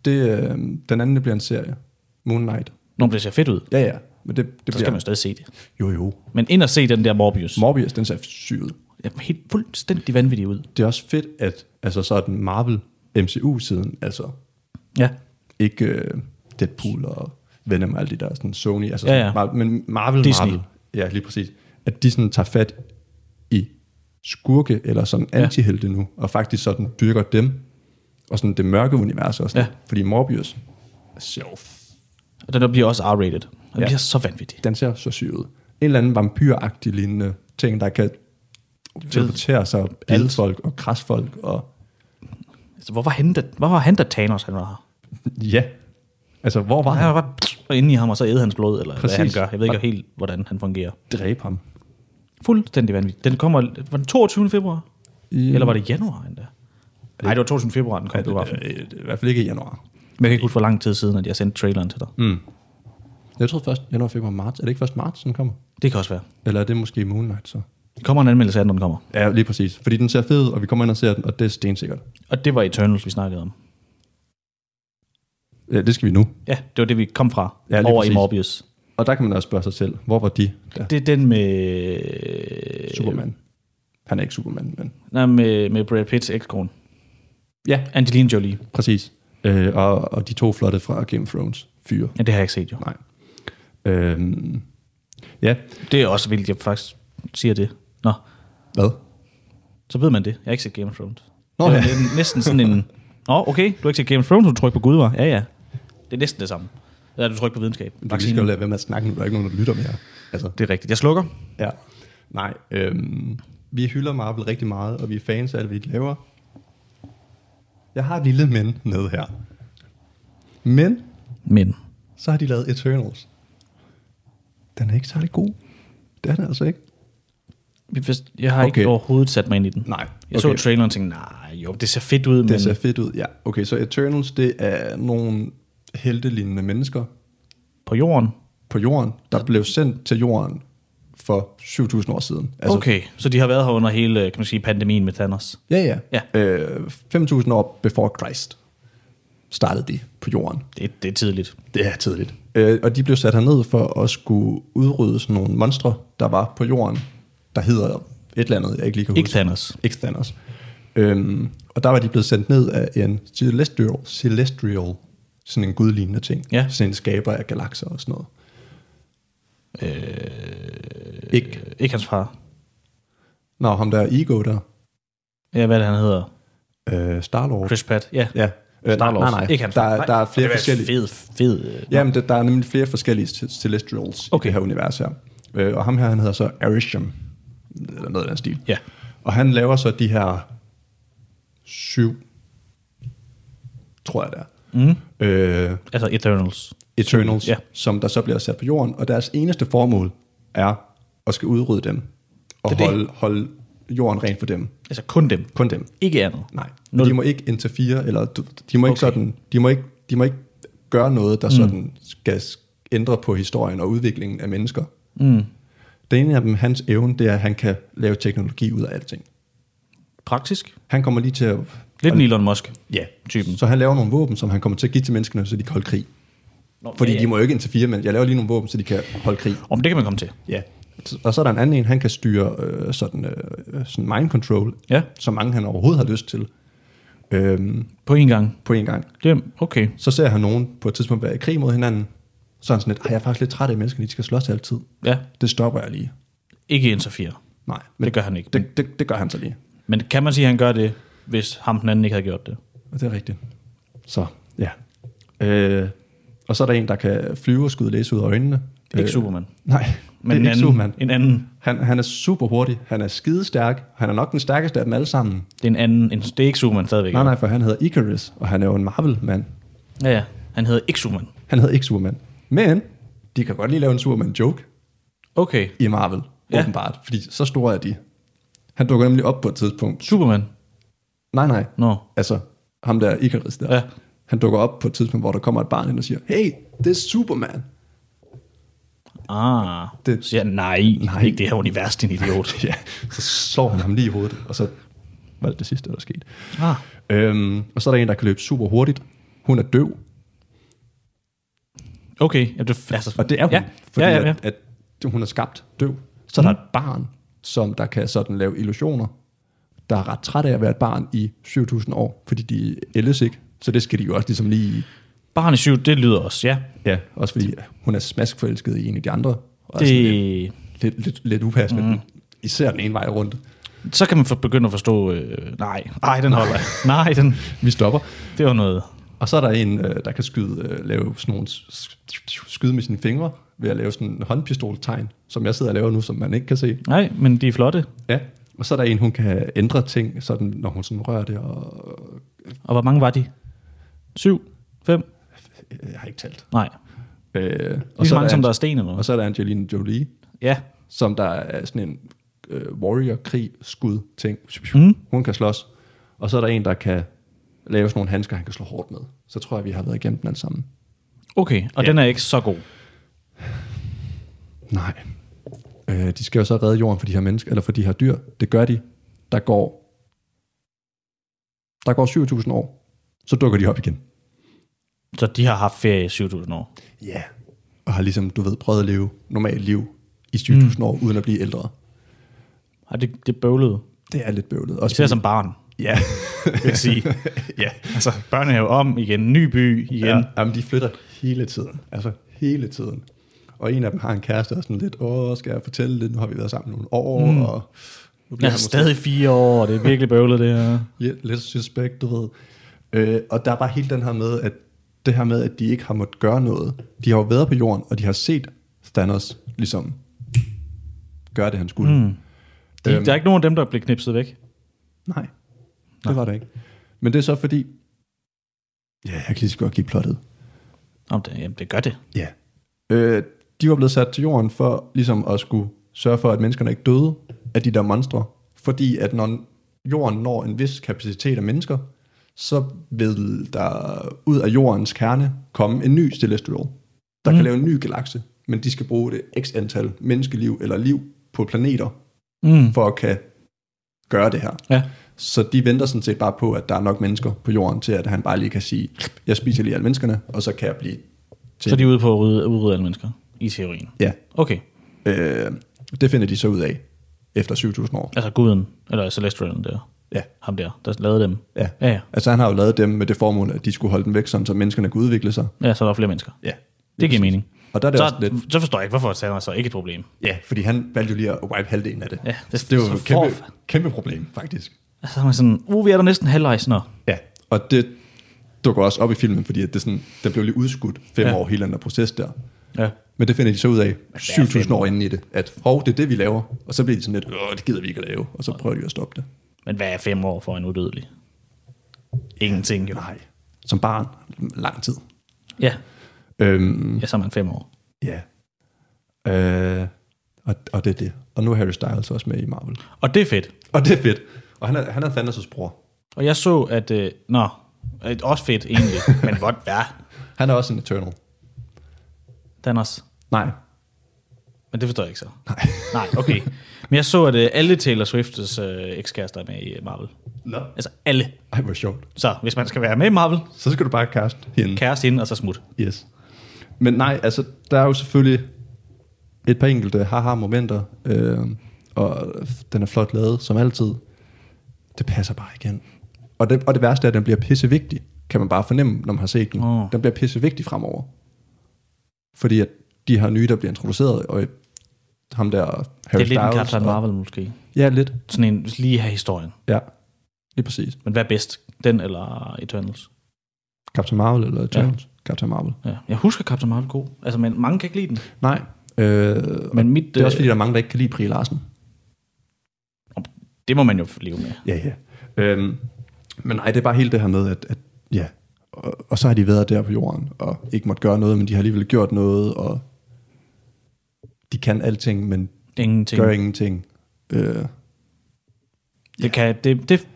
Speaker 3: Det, øh, den anden, det bliver en serie. Moon Knight.
Speaker 4: Når det ser fedt ud,
Speaker 3: Ja, ja. Men det, det
Speaker 4: så skal
Speaker 3: bliver...
Speaker 4: man jo stadig se det.
Speaker 3: Jo, jo.
Speaker 4: Men ind og se den der Morbius.
Speaker 3: Morbius, den ser syg ud.
Speaker 4: Jamen, helt fuldstændig vanvittig ud.
Speaker 3: Det er også fedt, at altså, så er den Marvel MCU-siden, altså
Speaker 4: Ja.
Speaker 3: ikke øh, Deadpool og Venom og alle de der sådan Sony, altså
Speaker 4: Ja,
Speaker 3: ja,
Speaker 4: ja.
Speaker 3: ja. Marvel, men Marvel,
Speaker 4: Disney.
Speaker 3: Marvel. Ja, lige præcis. at de sådan tager fat i skurke eller sådan antihelte nu, og faktisk sådan dyrker dem, og sådan det mørke univers også. Ja.
Speaker 4: Ja.
Speaker 3: Fordi Morbius er sjov.
Speaker 4: Og den der bliver også R-rated. Og den
Speaker 3: Ja.
Speaker 4: ja. bliver så vanvittig.
Speaker 3: Den ser så syg ud. En eller anden vampyragtig lignende ting, der kan teleportere sig og bide folk og krasse folk. Og
Speaker 4: Altså, hvor var han, der, hvor var han, der Thanos, han var her?
Speaker 3: ja, altså hvor var han?
Speaker 4: Han var bare inde i ham, og så æde hans blod, eller Præcis.
Speaker 3: Præcis.
Speaker 4: hvad han gør. Jeg ved ikke helt, hvordan han fungerer.
Speaker 3: Dræbe ham.
Speaker 4: Fuldstændig vanvittigt. Den kommer, var den 22. februar? Mm. Eller var det januar endda? Nej, det var 22. februar, den kom i biografen.
Speaker 3: Øh, det er I hvert fald ikke i januar.
Speaker 4: Men jeg kan ikke huske, hvor lang tid siden, at jeg sendte traileren til dig. Mm.
Speaker 3: Jeg tror først januar, februar, marts. Er det ikke først marts, den kommer?
Speaker 4: Det kan også være.
Speaker 3: Eller er det måske Moon Knight så?
Speaker 4: Det kommer en anmeldelse af, den, når den kommer.
Speaker 3: Ja, lige præcis. Fordi den ser fed, ud, og vi kommer ind og ser den, og det er stensikkert.
Speaker 4: Og det var Eternals, vi snakkede om.
Speaker 3: Ja, det skal vi nu.
Speaker 4: Ja, det var det, vi kom fra.
Speaker 3: Ja,
Speaker 4: Ja,
Speaker 3: lige
Speaker 4: over
Speaker 3: præcis.
Speaker 4: i Morbius.
Speaker 3: Og der kan man også spørge sig selv, hvor var de der?
Speaker 4: Det er den med...
Speaker 3: Superman. Han er ikke Superman, men...
Speaker 4: Nej, med, med Brad Pitts ekskone.
Speaker 3: Ja,
Speaker 4: Angelina Jolie.
Speaker 3: præcis. Øh, og, og de to flotte fra Game of Thrones fyre.
Speaker 4: Ja, det har jeg ikke set jo.
Speaker 3: Nej. Øhm, ja,
Speaker 4: Det er også vildt, jeg faktisk siger det. Nå,
Speaker 3: hvad?
Speaker 4: så ved man det. Jeg har ikke set Game of Thrones.
Speaker 3: Nå,
Speaker 4: det er
Speaker 3: ja.
Speaker 4: næ- Øh, næsten sådan en... Nå, okay, du har ikke set Game of Thrones, du trykker på Gud, var. Ja, ja. Det er næsten det samme. Eller du trykker på videnskab.
Speaker 3: Du kan lige så
Speaker 4: Vaccinen.
Speaker 3: godt lade være med at snakke nu, der er ikke nogen, der lytter mere. Altså,
Speaker 4: Det er rigtigt. Jeg slukker.
Speaker 3: ja. Nej, øhm, vi hylder Marvel rigtig meget, og vi er fans af alt, hvad de laver. Jeg har et lille men med her. Men
Speaker 4: Men.
Speaker 3: så har de lavet Eternals. Den er ikke særlig god. Det er den altså ikke.
Speaker 4: Hvis- Jeg har okay.
Speaker 3: Okay.
Speaker 4: ikke overhovedet sat mig ind i den.
Speaker 3: Nej,
Speaker 4: Jeg så
Speaker 3: okay.
Speaker 4: traileren og tænkte, nej, jo, det ser fedt ud,
Speaker 3: Det
Speaker 4: men...
Speaker 3: ser fedt ud, ja. Okay, så Eternals, det er nogle heltelignende mennesker
Speaker 4: på jorden.
Speaker 3: på jorden, der blev sendt til jorden for 7000 år siden.
Speaker 4: Altså, okay, så de har været her under hele, kan man sige, pandemien med Thanos.
Speaker 3: Ja, ja.
Speaker 4: Ja.
Speaker 3: Øh, 5.000 år before Christ startede de på jorden.
Speaker 4: Det, det er tidligt.
Speaker 3: Det er tidligt. Øh, og de blev sat herned for at skulle udrydde sådan nogle monstre, der var på jorden, der hedder et eller andet, jeg ikke lige kan huske.
Speaker 4: Ikke-Thanos.
Speaker 3: Ikke Thanos. Øhm, og der var de blevet sendt ned af en celestial, celestial sådan en gudlignende ting.
Speaker 4: Ja.
Speaker 3: Sådan en skaber af galakser og sådan noget. Øh, ikke.
Speaker 4: Øh, Ikke hans far.
Speaker 3: Nå, ham der er Ego der.
Speaker 4: Ja, hvad er det, han hedder?
Speaker 3: Øh, Star-Lord.
Speaker 4: Chris Pratt. Ja,
Speaker 3: Ja. Øh,
Speaker 4: Star Lord.
Speaker 3: Nej, nej.
Speaker 4: Ikke hans
Speaker 3: der,
Speaker 4: far.
Speaker 3: er-
Speaker 4: Nej.
Speaker 3: der er flere
Speaker 4: det er
Speaker 3: forskellige.
Speaker 4: Fed, fed. øh,
Speaker 3: Jamen, det, der er nemlig flere forskellige ce- Celestials okay.
Speaker 4: Okay.
Speaker 3: i det her univers her. Øh, og ham her, han hedder så Arisham, eller noget af den stil.
Speaker 4: Ja.
Speaker 3: Og han laver så de her syv, tror jeg det er, mm. øh,
Speaker 4: Altså Eternals.
Speaker 3: Eternals,
Speaker 4: Ja.
Speaker 3: ja. som der så bliver sat på jorden, og deres eneste formål er at skal udrydde dem, og
Speaker 4: Det er det.
Speaker 3: holde, holde jorden ren for dem.
Speaker 4: Altså kun dem.
Speaker 3: Kun dem.
Speaker 4: Ikke andet.
Speaker 3: Nej,
Speaker 4: Nul.
Speaker 3: de må ikke interfere, eller du- de må ikke
Speaker 4: Okay.
Speaker 3: sådan, de må ikke, de må ikke gøre noget, der mm. sådan skal s- ændre på historien og udviklingen af mennesker. Mm. Den ene af dem, hans evne, det er, at han kan lave teknologi ud af alting.
Speaker 4: Praktisk.
Speaker 3: Han kommer lige til at...
Speaker 4: Lidt en Elon Musk.
Speaker 3: Ja,
Speaker 4: typen.
Speaker 3: Så han laver nogle våben, som han kommer til at give til menneskerne, så de kan holde krig.
Speaker 4: Nå,
Speaker 3: Fordi
Speaker 4: ja, ja.
Speaker 3: de må jo ikke interfere, men jeg laver lige nogle våben, så de kan holde krig.
Speaker 4: Om det kan man komme til.
Speaker 3: Ja. Og så er der en anden en, han kan styre øh, sådan, øh, sådan mind control,
Speaker 4: Ja.
Speaker 3: så mange han overhovedet har lyst til, øhm,
Speaker 4: På én gang.
Speaker 3: på en gang.
Speaker 4: Det er okay.
Speaker 3: Så ser han nogen på et tidspunkt være i krig mod hinanden. Så er han sådan lidt, "Ej, jeg er faktisk lidt træt af at mennesker, de skal slås altid.
Speaker 4: Ja.
Speaker 3: Det stopper jeg lige.
Speaker 4: Ikke interfere.
Speaker 3: Nej,
Speaker 4: Det gør han ikke.
Speaker 3: Det, det, det gør han så lige.
Speaker 4: Men kan man sige, at han gør det, hvis ham den anden ikke havde gjort det?
Speaker 3: Og det er rigtigt. Så, ja. Øh, og så er der en, der kan flyve og skyde læse ud af øjnene. Øh,
Speaker 4: Ikke Superman.
Speaker 3: Nej,
Speaker 4: Men
Speaker 3: Men det
Speaker 4: en
Speaker 3: er ikke
Speaker 4: anden,
Speaker 3: Superman.
Speaker 4: en anden.
Speaker 3: Han, han er super hurtig, han er skidestærk, han er nok den stærkeste af dem alle sammen.
Speaker 4: Det er en anden. En, det er ikke Superman stadigvæk.
Speaker 3: Nej, nej, for han hedder Icarus, og han er jo en Marvel-mand.
Speaker 4: Ja, ja. Han hedder ikke Superman.
Speaker 3: Han hedder ikke Superman. Men de kan godt lige lave en Superman-joke
Speaker 4: Okay.
Speaker 3: i Marvel, ja.
Speaker 4: Ja.
Speaker 3: åbenbart, fordi så store er de. Han dukker nemlig op på et tidspunkt.
Speaker 4: Superman.
Speaker 3: Nej, nej.
Speaker 4: Nå.
Speaker 3: Altså, ham der Icarus der.
Speaker 4: Ja.
Speaker 3: Han dukker op på et tidspunkt, hvor der kommer et barn ind og siger, hey, det er Superman.
Speaker 4: Ah.
Speaker 3: Det-
Speaker 4: Det. Så siger han, nej, nej. Ikke det her univers, din idiot.
Speaker 3: Ja, så slår han ham lige i hovedet, og så var det det sidste, der skete.
Speaker 4: ah.
Speaker 3: Øhm, og så er der en, der kan løbe super hurtigt. Hun er døv,
Speaker 4: Okay. Ja, det, altså,
Speaker 3: Og det er hun,
Speaker 4: ja.
Speaker 3: fordi
Speaker 4: ja, ja, ja.
Speaker 3: At, at hun er skabt døv. Så mm. der er et barn, som der kan sådan lave illusioner, der er ret træt af at være et barn i 7000 år, fordi de ældes ikke. Så det skal de jo også ligesom lige...
Speaker 4: Barn i syv, det lyder også, ja.
Speaker 3: Ja, også fordi hun er smaskforelsket i en af de andre. Og er sådan lidt,
Speaker 4: Det,
Speaker 3: lidt, lidt, lidt upassende. Mm. Især den ene vej rundt.
Speaker 4: Så kan man for, begynde at forstå, øh, nej, nej, den holder ikke. Nej, den,
Speaker 3: Vi stopper.
Speaker 4: det var noget.
Speaker 3: Og så er der en, øh, der kan skyde, øh, lave sådan nogle, s- skyde med sine fingre ved at lave sådan en håndpistoltegn, som jeg sidder og laver nu, som man ikke kan se.
Speaker 4: Nej, men de er flotte.
Speaker 3: Ja. Og så er der en, hun kan ændre ting, sådan, når hun sådan rører det, og
Speaker 4: Og hvor mange var de? Syv? Fem?
Speaker 3: øh, jeg har ikke talt.
Speaker 4: Nej.
Speaker 3: Øh,
Speaker 4: Og så
Speaker 3: er
Speaker 4: Ligesom mange, som der er
Speaker 3: Ang-
Speaker 4: sten eller
Speaker 3: og
Speaker 4: noget.
Speaker 3: så er der Angelina Jolie,
Speaker 4: Ja.
Speaker 3: som der er sådan en øh, warrior-krig-skud-ting.
Speaker 4: Mm.
Speaker 3: Hun kan slås. Og så er der en, der kan lave sådan nogle handsker, han kan slå hårdt med. Så tror jeg, vi har været igennem den alle sammen.
Speaker 4: Okay, og
Speaker 3: Ja.
Speaker 4: ja. den er ikke så god.
Speaker 3: Nej. Øh, de skal jo så redde jorden for de her mennesker, eller for de her dyr. Det gør de. Der går, der går 7.000 år. Så dukker de op igen.
Speaker 4: Så de har haft ferie i 7.000 år.
Speaker 3: Ja. Yeah. Og har ligesom, du ved, prøvet at leve normalt liv i 7.000 mm. år, uden at blive ældre.
Speaker 4: Og det, det bøvlede.
Speaker 3: Det er lidt bøvlet. Også
Speaker 4: Især som barn,
Speaker 3: Ja.
Speaker 4: vil jeg sige.
Speaker 3: ja.
Speaker 4: altså, børnehave om igen, ny by igen.
Speaker 3: ja.
Speaker 4: Ja.
Speaker 3: Jamen, de flytter hele tiden. Altså, hele tiden. Og en af dem har en kæreste, og sådan lidt, åh, skal jeg fortælle det? Nu har vi været sammen nogle år, mm. og... Nu
Speaker 4: Jeg er
Speaker 3: han måske-
Speaker 4: stadig fire år, og det er virkelig bøvlet det her.
Speaker 3: lidt, lidt suspekt, du ved. Øh, og der er bare hele den her med, at det her med, at de ikke har måttet gøre noget. De har jo været på jorden, og de har set Thanos ligesom gøre det, han skulle. Mm.
Speaker 4: De, øhm. Der er ikke nogen af dem, der blev knipset væk.
Speaker 3: Nej, det Nej. var det ikke. Men det er så fordi, ja, jeg kan lige så godt give plottet.
Speaker 4: Om det, jamen, det gør det.
Speaker 3: Ja. Øh, de var blevet sat til jorden for ligesom at skulle sørge for, at menneskerne ikke døde af de der monstre. Fordi at når jorden når en vis kapacitet af mennesker, så vil der ud af jordens kerne komme en ny celestial, der mm. kan lave en ny galakse, men de skal bruge det x antal menneskeliv eller liv på planeter,
Speaker 4: Mm.
Speaker 3: for at kan gøre det her.
Speaker 4: Ja.
Speaker 3: Så de venter sådan set bare på, at der er nok mennesker på jorden til, at han bare lige kan sige, jeg spiser lige alle menneskerne, og så kan jeg blive til
Speaker 4: Så de er ude på at rydde, udrydde alle mennesker, i teorien.
Speaker 3: Ja,
Speaker 4: Okay,
Speaker 3: Øh, det finder de så ud af efter 7.000 år.
Speaker 4: altså guden, eller Celestialen der,
Speaker 3: Ja.
Speaker 4: ham der, der lavede dem.
Speaker 3: ja.
Speaker 4: Ja, ja.
Speaker 3: Altså han har jo lavet dem med det formål, at de skulle holde dem væk, sådan, så menneskerne kunne udvikle sig.
Speaker 4: ja så er der flere mennesker.
Speaker 3: Ja.
Speaker 4: Det giver mening.
Speaker 3: Og der er det
Speaker 4: Så,
Speaker 3: også lidt...
Speaker 4: så forstår jeg ikke, hvorfor Thanos så ikke et problem.
Speaker 3: Ja, fordi han valgte jo lige at wipe halvdelen af det.
Speaker 4: Ja, det-
Speaker 3: det, det var jo
Speaker 4: så
Speaker 3: et kæmpe,
Speaker 4: for-
Speaker 3: kæmpe problem, faktisk.
Speaker 4: Altså, så er man sådan, uh, vi er der næsten halvvejs, nå.
Speaker 3: Ja. Og det dukker også op i filmen, fordi at det sådan, der blev lige udskudt fem ja.
Speaker 4: Ja.
Speaker 3: år hele den der proces der.
Speaker 4: Ja.
Speaker 3: Men det finder de så ud af
Speaker 4: fem
Speaker 3: 7.000 år inden i det, at hov, det er det, vi laver. Og så bliver de sådan lidt, åh, det gider vi ikke at lave. Og så prøver de at stoppe det.
Speaker 4: Men hvad er fem år for en udødelig? Ingenting, jo.
Speaker 3: Nej. Som barn, lang tid.
Speaker 4: Ja,
Speaker 3: Øhm,
Speaker 4: ja så er man fem år.
Speaker 3: Ja. Øh, og, og det er det. Og nu er Harry Styles også med i Marvel.
Speaker 4: Og det er fedt.
Speaker 3: Og det er fedt. Og han er, han er Thanos' bror.
Speaker 4: Og jeg så, at... Øh, nå, øh, også fedt egentlig, men hvor hvad?
Speaker 3: Han er også en Eternal.
Speaker 4: Thanos.
Speaker 3: Nej.
Speaker 4: Men det forstår jeg ikke så. Nej. Nej, okay. Men jeg så, at øh, alle Taylor Swift's øh, ekskærester er med i øh, Marvel.
Speaker 3: Nå.
Speaker 4: Altså alle.
Speaker 3: Ej, hvor sjovt.
Speaker 4: Så hvis man skal være med i Marvel,
Speaker 3: Så skal du bare kaste hende.
Speaker 4: kæreste hende, og så smut.
Speaker 3: Yes. Men nej, altså, der er jo selvfølgelig et par enkelte haha-momenter, øh, og den er flot lavet, som altid. Det passer bare igen. Og det, og det værste er, at den bliver pissevigtig, kan man bare fornemme, når man har set den.
Speaker 4: Åh.
Speaker 3: Den bliver pissevigtig fremover. Fordi at de her nye, der bliver introduceret, og ham der Harry
Speaker 4: Det er lidt en
Speaker 3: Styles
Speaker 4: Captain
Speaker 3: og-
Speaker 4: Marvel måske.
Speaker 3: Ja, lidt.
Speaker 4: Sådan en lige her historien.
Speaker 3: Ja, lige præcis.
Speaker 4: Men hvad er bedst? Den eller Eternals?
Speaker 3: Captain Marvel eller Eternals. Ja. Captain Marvel.
Speaker 4: Ja. Jeg husker Captain Marvel god. Altså, men mange kan ikke lide den.
Speaker 3: Nej. Øh,
Speaker 4: Men mit,
Speaker 3: det er også fordi,
Speaker 4: øh,
Speaker 3: der er mange, der ikke kan lide Pri Larsen.
Speaker 4: det må man jo leve med.
Speaker 3: Ja, ja. Øhm, men nej, det er bare hele det her med, at, at ja, og, og så har de været der på jorden, og ikke måtte gøre noget, men de har alligevel gjort noget, og de kan alting, men
Speaker 4: Ingenting.
Speaker 3: gør ingenting. Øh,
Speaker 4: Det kan, det, det,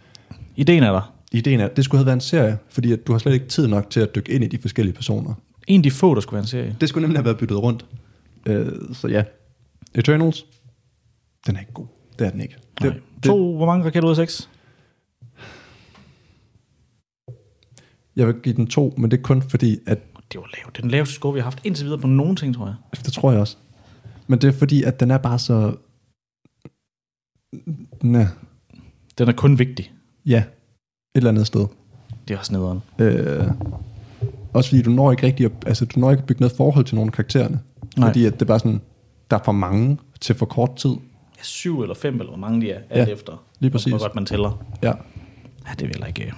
Speaker 4: ideen er der.
Speaker 3: ideen er, at det skulle have været en serie, fordi at du har slet ikke tid nok til at dykke ind i de forskellige personer.
Speaker 4: En af de få, der skulle være en serie.
Speaker 3: Det skulle nemlig have været byttet rundt. Øh, så ja, Eternals, den er ikke god. Det er den ikke.
Speaker 4: Nej.
Speaker 3: Det,
Speaker 4: to,
Speaker 3: det,
Speaker 4: hvor mange raketter ud af seks?
Speaker 3: jeg vil give den to, men det er kun fordi, at
Speaker 4: Det var lavt. Det er den laveste score, vi har haft indtil videre på nogen ting, tror jeg.
Speaker 3: Det tror jeg også. Men det er fordi, at den er bare så... Næ,
Speaker 4: Den er kun vigtig.
Speaker 3: ja, et eller andet sted.
Speaker 4: Det er også nederen.
Speaker 3: Øh, også fordi du når ikke rigtig at, altså, du når ikke at bygge noget forhold til nogle af karaktererne.
Speaker 4: Nej.
Speaker 3: Fordi at det er bare sådan, der er for mange, til for kort tid.
Speaker 4: Ja, syv eller fem, eller hvor mange de er, alt
Speaker 3: Ja,
Speaker 4: efter.
Speaker 3: lige præcis.
Speaker 4: Hvor godt man tæller.
Speaker 3: Ja.
Speaker 4: Ja, det vil jeg ikke. øh. Det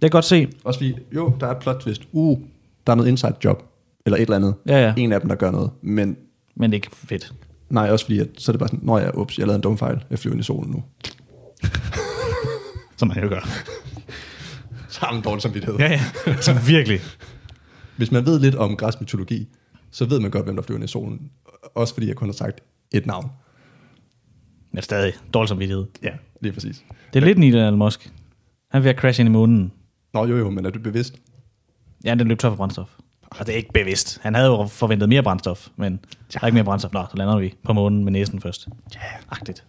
Speaker 4: kan jeg godt se.
Speaker 3: Også fordi, jo, der er et plot twist. Uh, der er noget inside job, eller et eller andet.
Speaker 4: Ja, ja.
Speaker 3: En af dem, der gør noget. Men
Speaker 4: Men det er ikke fedt.
Speaker 3: nej, også fordi, at, så er det bare sådan, når jeg, ups, jeg lavede en dum fejl, jeg flyver ind i solen nu.
Speaker 4: Som man jo gør.
Speaker 3: Så har man dårlig samvittighed.
Speaker 4: ja, ja. Så virkelig.
Speaker 3: Hvis man ved lidt om græsk mytologi, så ved man godt, hvem der flyver ind i solen. Også fordi jeg kun har sagt et navn.
Speaker 4: Men stadig. Dårlig samvittighed.
Speaker 3: Ja, lige præcis.
Speaker 4: Det er lidt en Elon Musk. Han er ved at crashe ind i månen.
Speaker 3: Nå jo jo, men er du bevidst?
Speaker 4: Ja, den løb tør for brændstof. Og det er ikke bevidst. Han havde jo forventet mere brændstof, men der er ikke mere brændstof. Nå, så lander vi på månen med næsen først. Ja. Agtigt.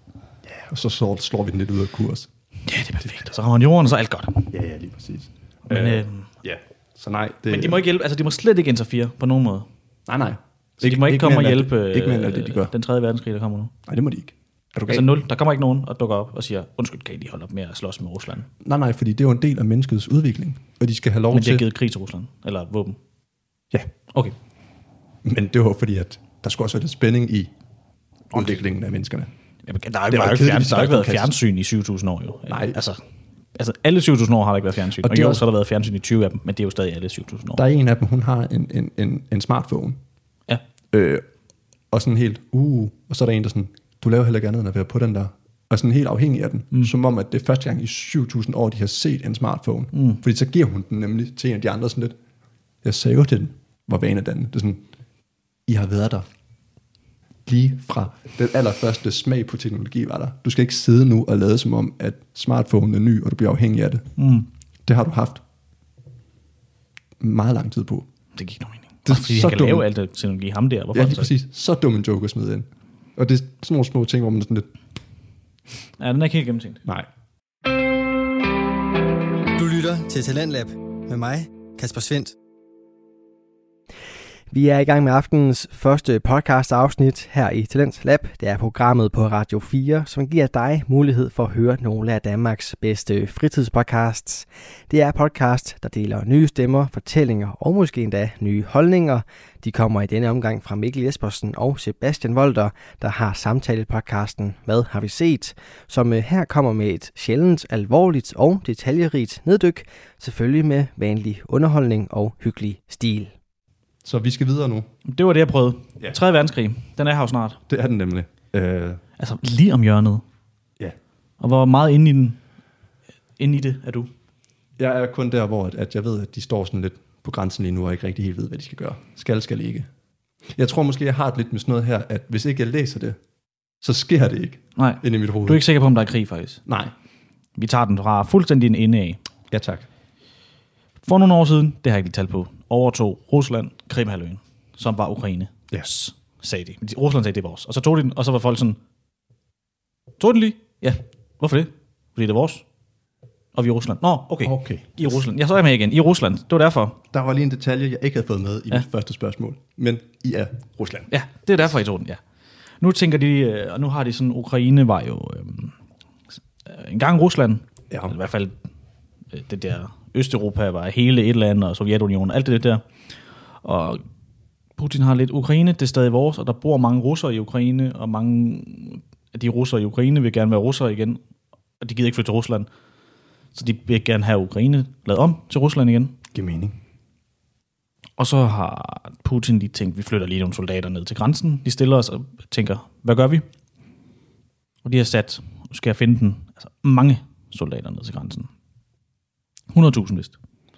Speaker 3: Ja, og så, så slår vi den lidt ud af kurs.
Speaker 4: Ja, det er perfekt. Og så rammer han jorden, og så er alt godt.
Speaker 3: Ja, ja, lige præcis.
Speaker 4: Men, øh,
Speaker 3: Ja, så nej. Det,
Speaker 4: men de må ikke hjælpe, altså de må slet ikke interfere på nogen måde.
Speaker 3: Nej, nej.
Speaker 4: Så ikke, de må ikke, komme og
Speaker 3: mere end
Speaker 4: hjælpe
Speaker 3: alt det- Ikke mere end alt det,
Speaker 4: øh,
Speaker 3: de gør.
Speaker 4: den tredje verdenskrig, der kommer nu.
Speaker 3: Nej, det må de ikke. Er du
Speaker 4: Altså
Speaker 3: gal?
Speaker 4: nul. Der kommer ikke nogen og dukker op og siger, undskyld, kan I lige holde op med at slås med Rusland?
Speaker 3: Nej, nej, fordi det er jo en del af menneskets udvikling, og de skal have lov
Speaker 4: Men de har
Speaker 3: til...
Speaker 4: givet krig til Rusland. Eller våben.
Speaker 3: Ja,
Speaker 4: Okay.
Speaker 3: men det var fordi, at der skulle også være lidt spænding i udviklingen af menneskerne.
Speaker 4: Jamen, der har
Speaker 3: Det
Speaker 4: ikke,
Speaker 3: var
Speaker 4: været,
Speaker 3: kedeligt,
Speaker 4: fjern,
Speaker 3: hvis
Speaker 4: der
Speaker 3: der
Speaker 4: har ikke været
Speaker 3: ikke kom
Speaker 4: fjernsyn i 7.000 år, jo.
Speaker 3: Nej.
Speaker 4: Altså, altså alle 7.000 år har der ikke været fjernsyn. Og,
Speaker 3: Og
Speaker 4: og
Speaker 3: det er
Speaker 4: jo,
Speaker 3: jo-
Speaker 4: så har der været fjernsyn i 20 af dem, men det er jo stadig alle 7.000 år.
Speaker 3: Der er en af dem, hun har en, en, en, en smartphone,
Speaker 4: Ja.
Speaker 3: øh, og sådan helt, uh, og så er der en, der sådan, du laver heller ikke andet end at være på den der, og sådan helt afhængig af den, mm. som om, at det er første gang i 7.000 år, de har set en smartphone. Mm. Fordi så giver hun den nemlig til en af de andre sådan lidt, jeg sagde jo, den var vanedannende. Det er sådan, I har været der lige fra den allerførste smag på teknologi var der. Du skal ikke sidde nu og lade som om, at smartphonen er ny, og du bliver afhængig af det. Mm. Det har du haft meget lang tid på.
Speaker 4: Det gik nogen mening.
Speaker 3: Det er
Speaker 4: Det er fordi,
Speaker 3: så
Speaker 4: han kan
Speaker 3: dumt.
Speaker 4: lave alt det teknologi ham der. Hvorfor
Speaker 3: Ja,
Speaker 4: er det
Speaker 3: lige
Speaker 4: så
Speaker 3: præcis. Så dum en joke at smide ind. Og det er sådan nogle små ting, hvor man er sådan lidt,
Speaker 4: ikke? Ja, den er ikke helt gennemtænkt.
Speaker 3: nej.
Speaker 1: Du lytter til Talentlab med mig, Kasper Svendt.
Speaker 2: Vi er i gang med aftenens første podcast afsnit her i Talents Lab. Det er programmet på Radio 4, som giver dig mulighed for at høre nogle af Danmarks bedste fritidspodcasts. Det er podcast, der deler nye stemmer, fortællinger og måske endda nye holdninger. De kommer i denne omgang fra Mikkel Jespersen og Sebastian Volter, der har samtalt podcasten Hvad har vi set? Som øh, her kommer med et sjældent, alvorligt og detaljerigt neddyk, selvfølgelig med vanlig underholdning og hyggelig stil.
Speaker 3: Så vi skal videre nu.
Speaker 4: Det var det, jeg prøvede.
Speaker 3: Ja.
Speaker 4: 3. verdenskrig, den er her jo snart.
Speaker 3: Det er den nemlig. Øh,
Speaker 4: Altså lige om hjørnet.
Speaker 3: ja.
Speaker 4: Og hvor meget inde i den, inde i det er du?
Speaker 3: Jeg er kun der, hvor at, at jeg ved, at de står sådan lidt på grænsen lige nu, og ikke rigtig helt ved, hvad de skal gøre. Skal, skal ikke. Jeg tror måske, jeg har det lidt med sådan noget her, at hvis ikke jeg læser det, så sker det ikke
Speaker 4: Nej,
Speaker 3: ind i mit hoved.
Speaker 4: du er ikke sikker på, om der er krig faktisk.
Speaker 3: Nej.
Speaker 4: Vi tager den fra fuldstændig en ende af.
Speaker 3: Ja, tak.
Speaker 4: For nogle år siden, det har jeg ikke lige talt på, overtog Rusland Krimhalvøen, som var Ukraine.
Speaker 3: Yes.
Speaker 4: sagde de. De- Rusland sagde, det er vores. Og så tog de den, og så var folk sådan, tog den lige? Ja. Hvorfor det? Fordi det er vores. Og vi er i Rusland. Nå, okay.
Speaker 3: Okay.
Speaker 4: I Rusland. Jeg så er jeg med igen. I Rusland. Det var derfor.
Speaker 3: Der var lige en detalje, jeg ikke havde fået med i ja. mit første spørgsmål. Men I er Rusland.
Speaker 4: Ja, det er derfor, I tog den, ja. Nu tænker de, øh, og nu har de sådan, Ukraine var jo øh, en gang Rusland.
Speaker 3: Ja.
Speaker 4: Eller I hvert fald øh, det der Østeuropa var hele et eller andet, og Sovjetunionen, alt det der. Og Putin har lidt Ukraine, det er stadig vores, og der bor mange russere i Ukraine, og mange af de russere i Ukraine vil gerne være russere igen, og de gider ikke flytte til Rusland. Så de vil gerne have Ukraine lavet om til Rusland igen.
Speaker 3: Giver mening.
Speaker 4: Og så har Putin lige tænkt, vi flytter lige nogle soldater ned til grænsen. De stiller os og tænker, hvad gør vi? Og de har sat, nu skal jeg finde den, altså mange soldater ned til grænsen. 100.000 vist.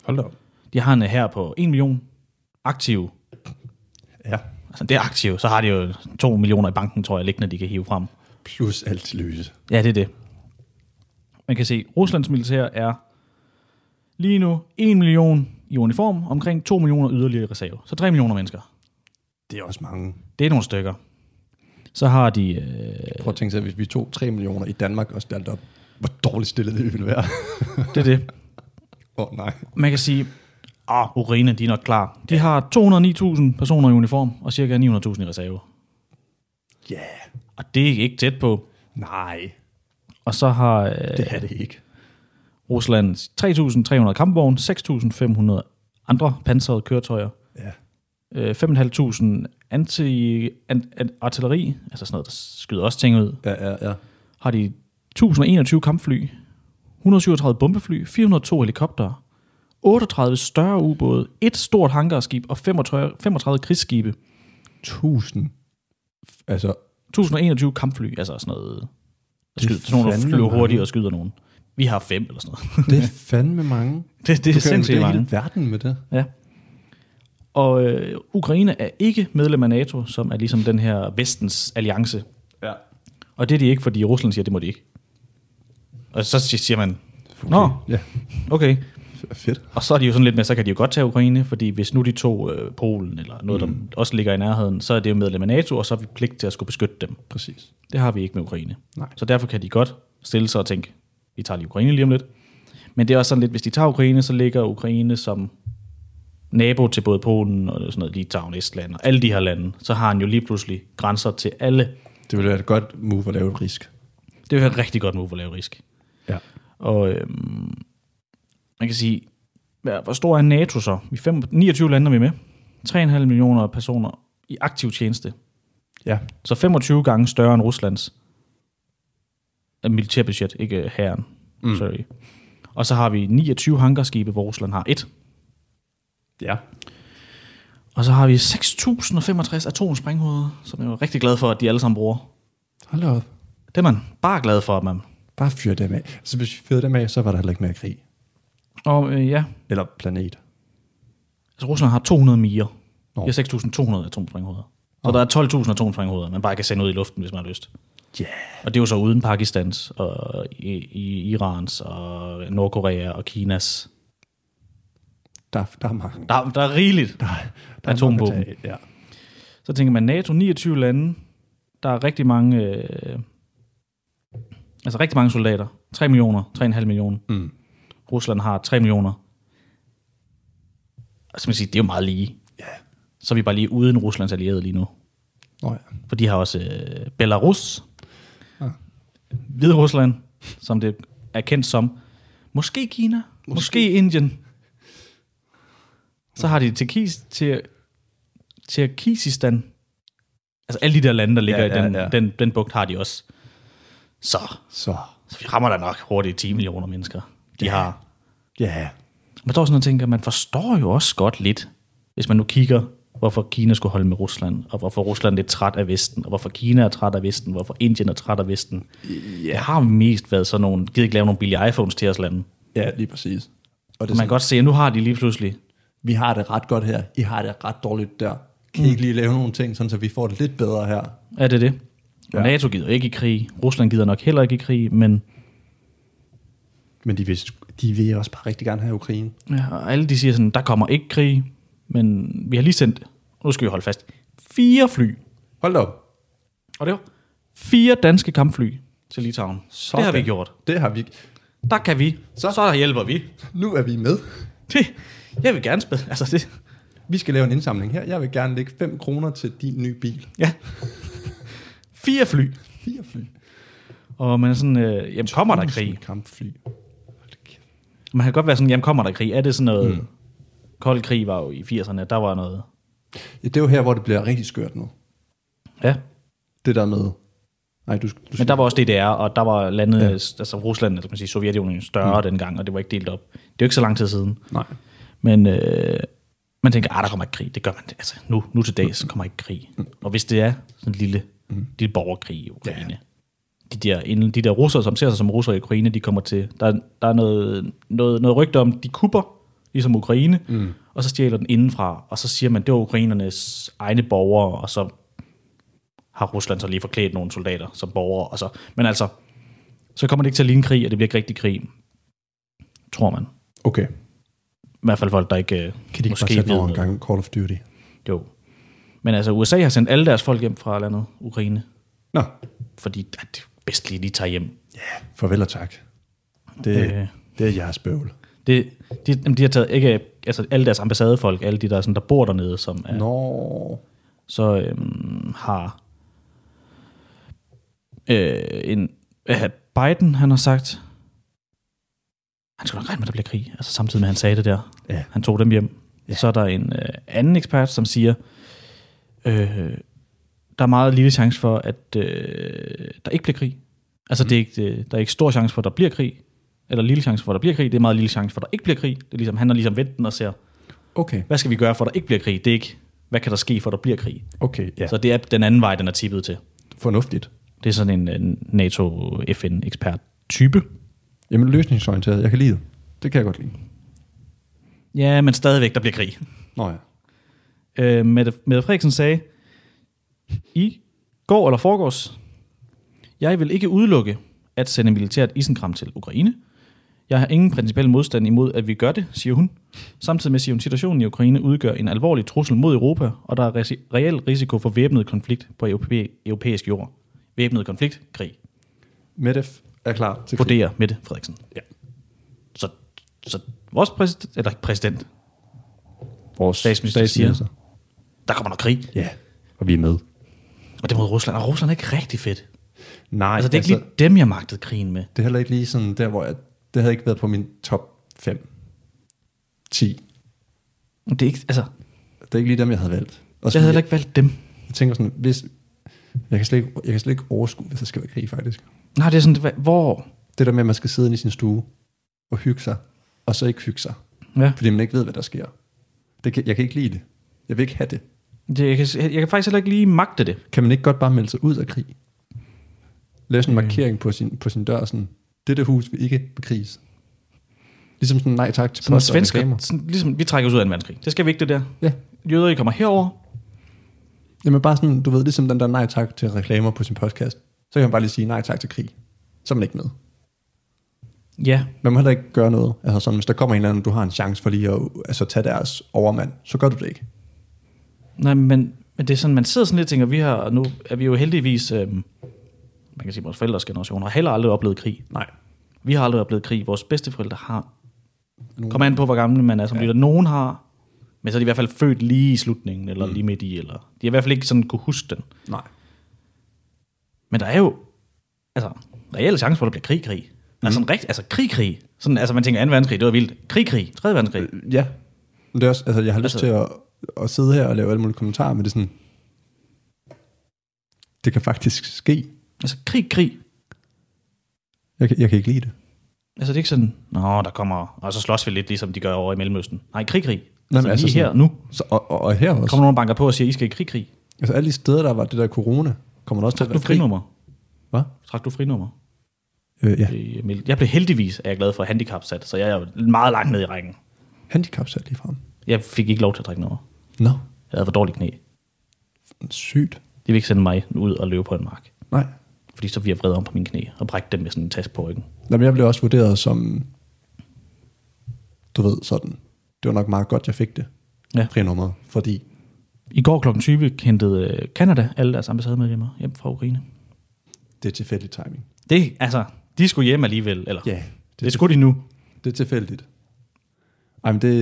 Speaker 3: Hold da op.
Speaker 4: De har en her på 1 million aktive.
Speaker 3: Ja.
Speaker 4: Altså det er aktive, så har de jo 2 millioner i banken, tror jeg, liggende, de kan hive frem.
Speaker 3: Plus alt løse.
Speaker 4: Ja, det er det. Man kan se, at Ruslands militær er lige nu 1 million i uniform, omkring 2 millioner yderligere i reserve. Så 3 millioner mennesker.
Speaker 3: Det er også mange.
Speaker 4: Det er nogle stykker. Så har de... Øh,
Speaker 3: Prøv at tænke sig, hvis vi tog 3 millioner i Danmark og stjal det op, hvor dårligt stillet det ville være.
Speaker 4: det er det.
Speaker 3: Åh oh, nej.
Speaker 4: Man kan sige, ah, Ukraine, de er nok klar. De har 209.000 personer i uniform og cirka 900.000 i reserve.
Speaker 3: Ja. Yeah.
Speaker 4: Og det er ikke tæt på.
Speaker 3: Nej,
Speaker 4: Og så har øh,
Speaker 3: det er det ikke.
Speaker 4: Rusland 3.300 kampvogne, 6.500 andre pansrede køretøjer,
Speaker 3: Ja.
Speaker 4: øh, 5.500 anti, an, an, artilleri, altså sådan noget, der skyder også ting ud.
Speaker 3: Ja, ja, ja.
Speaker 4: Har de 1021 kampfly, 137 bombefly, 402 helikoptere, 38 større ubåde, et stort hangarskib og 35, 35 krigsskibe.
Speaker 3: 1000. Altså,
Speaker 4: 1021 kampfly, altså sådan noget.
Speaker 3: Det er
Speaker 4: Skyder, sådan nogle, der
Speaker 3: fandme
Speaker 4: flyver
Speaker 3: mange.
Speaker 4: hurtigt og skyder nogen. Vi har fem eller sådan noget.
Speaker 3: det er fandme mange.
Speaker 4: Det, det er sindssygt mange.
Speaker 3: hele verden med det.
Speaker 4: Ja. Og øh, Ukraine er ikke medlem af NATO, som er ligesom den her vestens alliance.
Speaker 3: Ja.
Speaker 4: Og det er de ikke, fordi Rusland siger, det må de ikke. Og så si- siger man, nå,
Speaker 3: Ja,
Speaker 4: okay.
Speaker 3: fedt.
Speaker 4: Og så er de jo sådan lidt med, så kan de jo godt tage Ukraine, fordi hvis nu de tog øh, Polen eller noget, mm. der også ligger i nærheden, så er det jo medlem af NATO, og så er vi pligt til at skulle beskytte dem.
Speaker 3: Præcis.
Speaker 4: Det har vi ikke med Ukraine.
Speaker 3: Nej.
Speaker 4: Så derfor kan de godt stille sig og tænke, vi tager lige Ukraine lige om lidt. Men det er også sådan lidt, hvis de tager Ukraine, så ligger Ukraine som nabo til både Polen og sådan noget, Litauen, Estland og alle de her lande. Så har han jo lige pludselig grænser til alle.
Speaker 3: Det ville være et godt move at lave et risk.
Speaker 4: Det vil være et rigtig godt move at lave risk.
Speaker 3: Ja.
Speaker 4: Og øhm, man kan sige, ja, hvor stor er NATO så? Vi er fem, 29 lande er vi med. 3,5 millioner personer i aktiv tjeneste.
Speaker 3: Ja.
Speaker 4: Så 25 gange større end Ruslands Øh, militærbudget, ikke herren. Mm. Sorry. Og så har vi 29 hangarskibe, hvor Rusland har et.
Speaker 3: Ja.
Speaker 4: Og så har vi 6.065 atomsprænghoveder, som jeg er rigtig glad for, at de alle sammen bruger.
Speaker 3: Hold da op.
Speaker 4: Det er man bare glad for, man.
Speaker 3: Bare fyr dem af. Så hvis vi fyrede dem af, så var der heller ikke mere krig.
Speaker 4: Og øh, ja,
Speaker 3: Eller planet.
Speaker 4: altså Rusland har 200 miger. De
Speaker 3: Nå.
Speaker 4: har 6.200 atomsprænghoveder. Så der er 12.000 atomsprænghoveder, man bare kan sende ud i luften, hvis man har lyst.
Speaker 3: Ja.
Speaker 4: Og det er jo så uden Pakistans, og i, i Irans, og Nordkorea og Kinas.
Speaker 3: Der, der er mange.
Speaker 4: Der, der er rigeligt.
Speaker 3: Der, der
Speaker 4: Atomvåben.
Speaker 3: Er mange at tage af. ja.
Speaker 4: Så tænker man, NATO, 29 lande, der er rigtig mange, øh, altså rigtig mange soldater. 3 millioner, 3,5 millioner.
Speaker 3: Mm.
Speaker 4: Rusland har 3 millioner. Altså, man siger, det er jo meget lige.
Speaker 3: Ja.
Speaker 4: Så er vi bare lige uden Ruslands allierede lige nu.
Speaker 3: Nå ja.
Speaker 4: For de har også øh, Belarus,
Speaker 3: Ah.
Speaker 4: Hvide Rusland, som det er kendt som. Måske Kina, måske, måske Indien. Så har de Tjekis, til, Tjekisistan. Altså alle de der lande, der ligger ja, ja, i den, ja. den, den bugt, har de også. Så,
Speaker 3: Så.
Speaker 4: så vi rammer da nok hurtigt 10 millioner mennesker. De ja. har
Speaker 3: Ja.
Speaker 4: man står sådan og tænker, man forstår jo også godt lidt, hvis man nu kigger, hvorfor Kina skulle holde med Rusland, og hvorfor Rusland er træt af Vesten, og hvorfor Kina er træt af Vesten, hvorfor Indien er træt af Vesten. Yeah. Det har mest været sådan nogle, gider ikke lave nogle billige iPhones til os lande.
Speaker 3: Ja, lige præcis. Og det er
Speaker 4: Man kan godt se, at nu har de lige pludselig,
Speaker 3: vi har det ret godt her, I har det ret dårligt der. Kan I ikke
Speaker 4: Mm.
Speaker 3: lige lave nogle ting, sådan så vi får det lidt bedre her?
Speaker 4: er det det? Ja.
Speaker 3: Ja.
Speaker 4: NATO gider ikke i krig, Rusland gider nok heller ikke i krig, men
Speaker 3: Men de vil, de vil også bare rigtig gerne have Ukraine.
Speaker 4: ja, og alle de siger sådan, der kommer ikke krig, men vi har lige sendt, nu skal vi holde fast, fire fly,
Speaker 3: Hold da op.
Speaker 4: og det var fire danske kampfly til Litauen. Sådan. Det har vi
Speaker 3: Sådan.
Speaker 4: gjort.
Speaker 3: Det har vi.
Speaker 4: Der kan vi. Så, så der hjælper vi.
Speaker 3: Nu er vi med.
Speaker 4: Det, jeg vil gerne spille. Altså det,
Speaker 3: Vi skal lave en indsamling her. Jeg vil gerne lægge 5 kroner til din nye bil.
Speaker 4: ja. Fire fly.
Speaker 3: Fire fly.
Speaker 4: Og man er sådan, øh, jamen kommer der
Speaker 3: Tusind
Speaker 4: krig?
Speaker 3: Kampfly. Hold da kæft.
Speaker 4: Man kan godt være sådan, jamen kommer der krig? Er det sådan noget... Mm. Kold krig var jo i 80'erne, der var noget...
Speaker 3: Ja, det er jo her, hvor det bliver rigtig skørt nu.
Speaker 4: Ja,
Speaker 3: Det der med... Nej, du, du
Speaker 4: men der var også DDR, og der var landet, ja. altså Rusland, eller kan man sige, Sovjetunionen større mm. dengang, og det var ikke delt op. Det er jo ikke så lang tid siden.
Speaker 3: Nej.
Speaker 4: Men øh, man tænker, ah, der kommer ikke krig. Det gør man. Altså, nu, nu til dags kommer ikke krig. Og hvis det er sådan en lille, lille borgerkrig i Ukraine. Ja. De der, inden- de der russere, som ser sig som russere i Ukraine, de kommer til... Der, der er noget, noget, noget rygte om, de kupper, ligesom Ukraine, mm. og så stjæler den indenfra, og så siger man, det var ukrainernes egne borgere, og så har Rusland så lige forklædt nogle soldater som borgere. Og så, men altså, så kommer det ikke til at ligne krig, og det bliver ikke rigtig krig, tror man.
Speaker 3: Okay.
Speaker 4: I hvert fald folk, der ikke øh,
Speaker 3: Kan de ikke
Speaker 4: måske
Speaker 3: bare sætte
Speaker 4: ved
Speaker 3: over en
Speaker 4: noget.
Speaker 3: gang Call of Duty?
Speaker 4: Jo. Men altså, USA har sendt alle deres folk hjem fra landet, Ukraine,
Speaker 3: Nå,
Speaker 4: fordi at det er bedst lige, de tager hjem.
Speaker 3: farvel og tak. Det,
Speaker 4: Øh.
Speaker 3: øh. det er jeres bøvl.
Speaker 4: Det, de, jamen, de har taget ikke, altså alle deres ambassadefolk, alle de der, sådan, der bor dernede, som er,
Speaker 3: Nå.
Speaker 4: så øhm, har øh, en, øh, Biden, han har sagt, han skulle nok regne med, at der bliver krig, altså samtidig med, at han sagde det der.
Speaker 3: Ja.
Speaker 4: Han tog dem hjem. Ja. Så er der en øh, anden ekspert, som siger, øh, der er meget lille chance for, at øh, der ikke bliver krig. Altså, mm. det er ikke, øh, der er ikke stor chance for, at der bliver krig. Eller lille chance for, at der bliver krig. Det er meget lille chance for, at der ikke bliver krig. Det er ligesom, han har ligesom vendt den og ser,
Speaker 3: Okay,
Speaker 4: hvad skal vi gøre, for at der ikke bliver krig? Det er ikke, hvad kan der ske, for at der bliver krig?
Speaker 3: okay, ja.
Speaker 4: Ja. Så det er den anden vej, den er tippet til.
Speaker 3: Fornuftigt.
Speaker 4: Det er sådan en øh, NATO-FN-ekspert-type.
Speaker 3: Jamen løsningsorienteret, jeg kan lide det. Det kan jeg godt lide.
Speaker 4: Ja, men stadigvæk, der bliver krig.
Speaker 3: Nå ja.
Speaker 4: Øh, Mette, Mette Frederiksen sagde, i går eller forgårs, jeg vil ikke udelukke at sende militært isenkram til Ukraine. Jeg har ingen principiel modstand imod, at vi gør det, siger hun. Samtidig med siger hun, situationen i Ukraine udgør en alvorlig trussel mod Europa, og der er resi- reel risiko for væbnet konflikt på europæ- europæisk jord. Væbnet konflikt, krig.
Speaker 3: Medef er klar til
Speaker 4: vurderer Mette Frederiksen.
Speaker 3: Ja.
Speaker 4: Så, så vores præsident, eller ikke præsident, vores statsminister, siger, der kommer noget krig,
Speaker 3: Ja, og vi er med.
Speaker 4: og det er mod Rusland. Og Rusland er ikke rigtig fedt.
Speaker 3: Nej,
Speaker 4: Altså, det er ikke lige dem, jeg magtede krigen med.
Speaker 3: det er heller ikke lige sådan der, hvor jeg, det havde ikke været på min top 5. 10.
Speaker 4: Det er ikke, altså,
Speaker 3: Det er ikke lige dem, jeg havde valgt. Og
Speaker 4: jeg havde heller ikke valgt dem.
Speaker 3: jeg tænker sådan, hvis, jeg, kan slet ikke, jeg kan slet ikke overskue, hvis der skal være krig, faktisk.
Speaker 4: Nej, det er sådan, hva- hvor...
Speaker 3: Det der med, at man skal sidde inde i sin stue og hygge sig, og så ikke hygge sig,
Speaker 4: Ja.
Speaker 3: fordi man ikke ved, hvad der sker. Det kan, jeg kan ikke lide det. Jeg vil ikke have det.
Speaker 4: Det, jeg, kan, jeg kan faktisk heller ikke lige magte det.
Speaker 3: Kan man ikke godt bare melde sig ud af krig? Lave sådan en markering på sin, på sin dør, sådan, dette hus vil ikke bekriges. Ligesom sådan, nej tak til
Speaker 4: Sådan
Speaker 3: post og
Speaker 4: svensker,
Speaker 3: reklamer.
Speaker 4: sådan, ligesom, vi trækker os ud af en verdenskrig. Det skal vi ikke, det der.
Speaker 3: Ja.
Speaker 4: Jøder, I kommer herover.
Speaker 3: Jamen bare sådan, du ved, ligesom den der nej tak til reklamer på sin podcast. Så kan man bare lige sige nej tak til krig. Så er man ikke med.
Speaker 4: Ja,
Speaker 3: Man må heller ikke gøre noget. Altså sådan, hvis der kommer en eller anden, du har en chance for lige at altså, tage deres overmand, så gør du det ikke.
Speaker 4: Nej, men, men det er sådan, man sidder sådan lidt og tænker, vi har, nu er vi jo heldigvis, øhm, man kan sige, vores forældres generation har heller aldrig oplevet krig.
Speaker 3: Nej.
Speaker 4: Vi har aldrig oplevet krig. Vores bedsteforældre har.
Speaker 3: Nogen-
Speaker 4: Kom an på, hvor gamle man er som ja. lytter. Nogen har, men så er de i hvert fald født lige i slutningen, eller mm. lige midt i, eller de har i hvert fald ikke sådan kunne huske den.
Speaker 3: Nej.
Speaker 4: Men der er jo, altså, reelle chance for, at der bliver krig-krig. Mm. Altså, sådan rigt, altså krig-krig. Sådan, altså, man tænker 2. verdenskrig, det var vildt. Krig-krig, 3. verdenskrig.
Speaker 3: Ja. Men det er også, altså, jeg har lyst
Speaker 4: Øh, Altså-
Speaker 3: altså, til at, at, sidde her og lave alle mulige kommentarer, men det er sådan, det kan faktisk ske.
Speaker 4: Altså, krig-krig.
Speaker 3: Jeg kan, jeg kan ikke lide det.
Speaker 4: Altså, det er ikke sådan, nå, der kommer, og så slås vi lidt, ligesom de gør over i Mellemøsten. Nej, krig-krig.
Speaker 3: men
Speaker 4: Altså,
Speaker 3: altså
Speaker 4: lige her,
Speaker 3: sådan-
Speaker 4: nu.
Speaker 3: Så, og, og, og her også.
Speaker 4: Kommer nogen og banker på og siger, I skal i krig-krig.
Speaker 3: Altså alle de steder, der var det der corona, kommer der også til at
Speaker 4: Trak du
Speaker 3: være krig.
Speaker 4: frinummer?
Speaker 3: Hvad?
Speaker 4: Trak du frinummer?
Speaker 3: Øh, ja.
Speaker 4: Det er mildt. Jeg blev heldigvis, er jeg glad for handicapsat, så jeg er jo meget langt ned i rækken.
Speaker 3: Handicapsat lige frem.
Speaker 4: Jeg fik ikke lov til at trække nummer.
Speaker 3: Nå,
Speaker 4: Jeg havde for dårligt knæ.
Speaker 3: sygt.
Speaker 4: De vil ikke sende mig ud og løbe på en mark.
Speaker 3: Nej.
Speaker 4: Fordi så bliver jeg vred om på mine knæ og brække dem med sådan en task på ryggen.
Speaker 3: Jamen, jeg blev også vurderet som, du ved, sådan. Det var nok meget godt, jeg fik det.
Speaker 4: Ja.
Speaker 3: Frinummeret, fordi
Speaker 4: I går kl. 20 hentede øh, Canada alle deres ambassademedlemmer hjem fra Ukraine.
Speaker 3: det er tilfældig timing.
Speaker 4: Det, altså, de skulle hjem alligevel, eller?
Speaker 3: Ja,
Speaker 4: det, det skulle de nu.
Speaker 3: Det er tilfældigt. Ej, men det,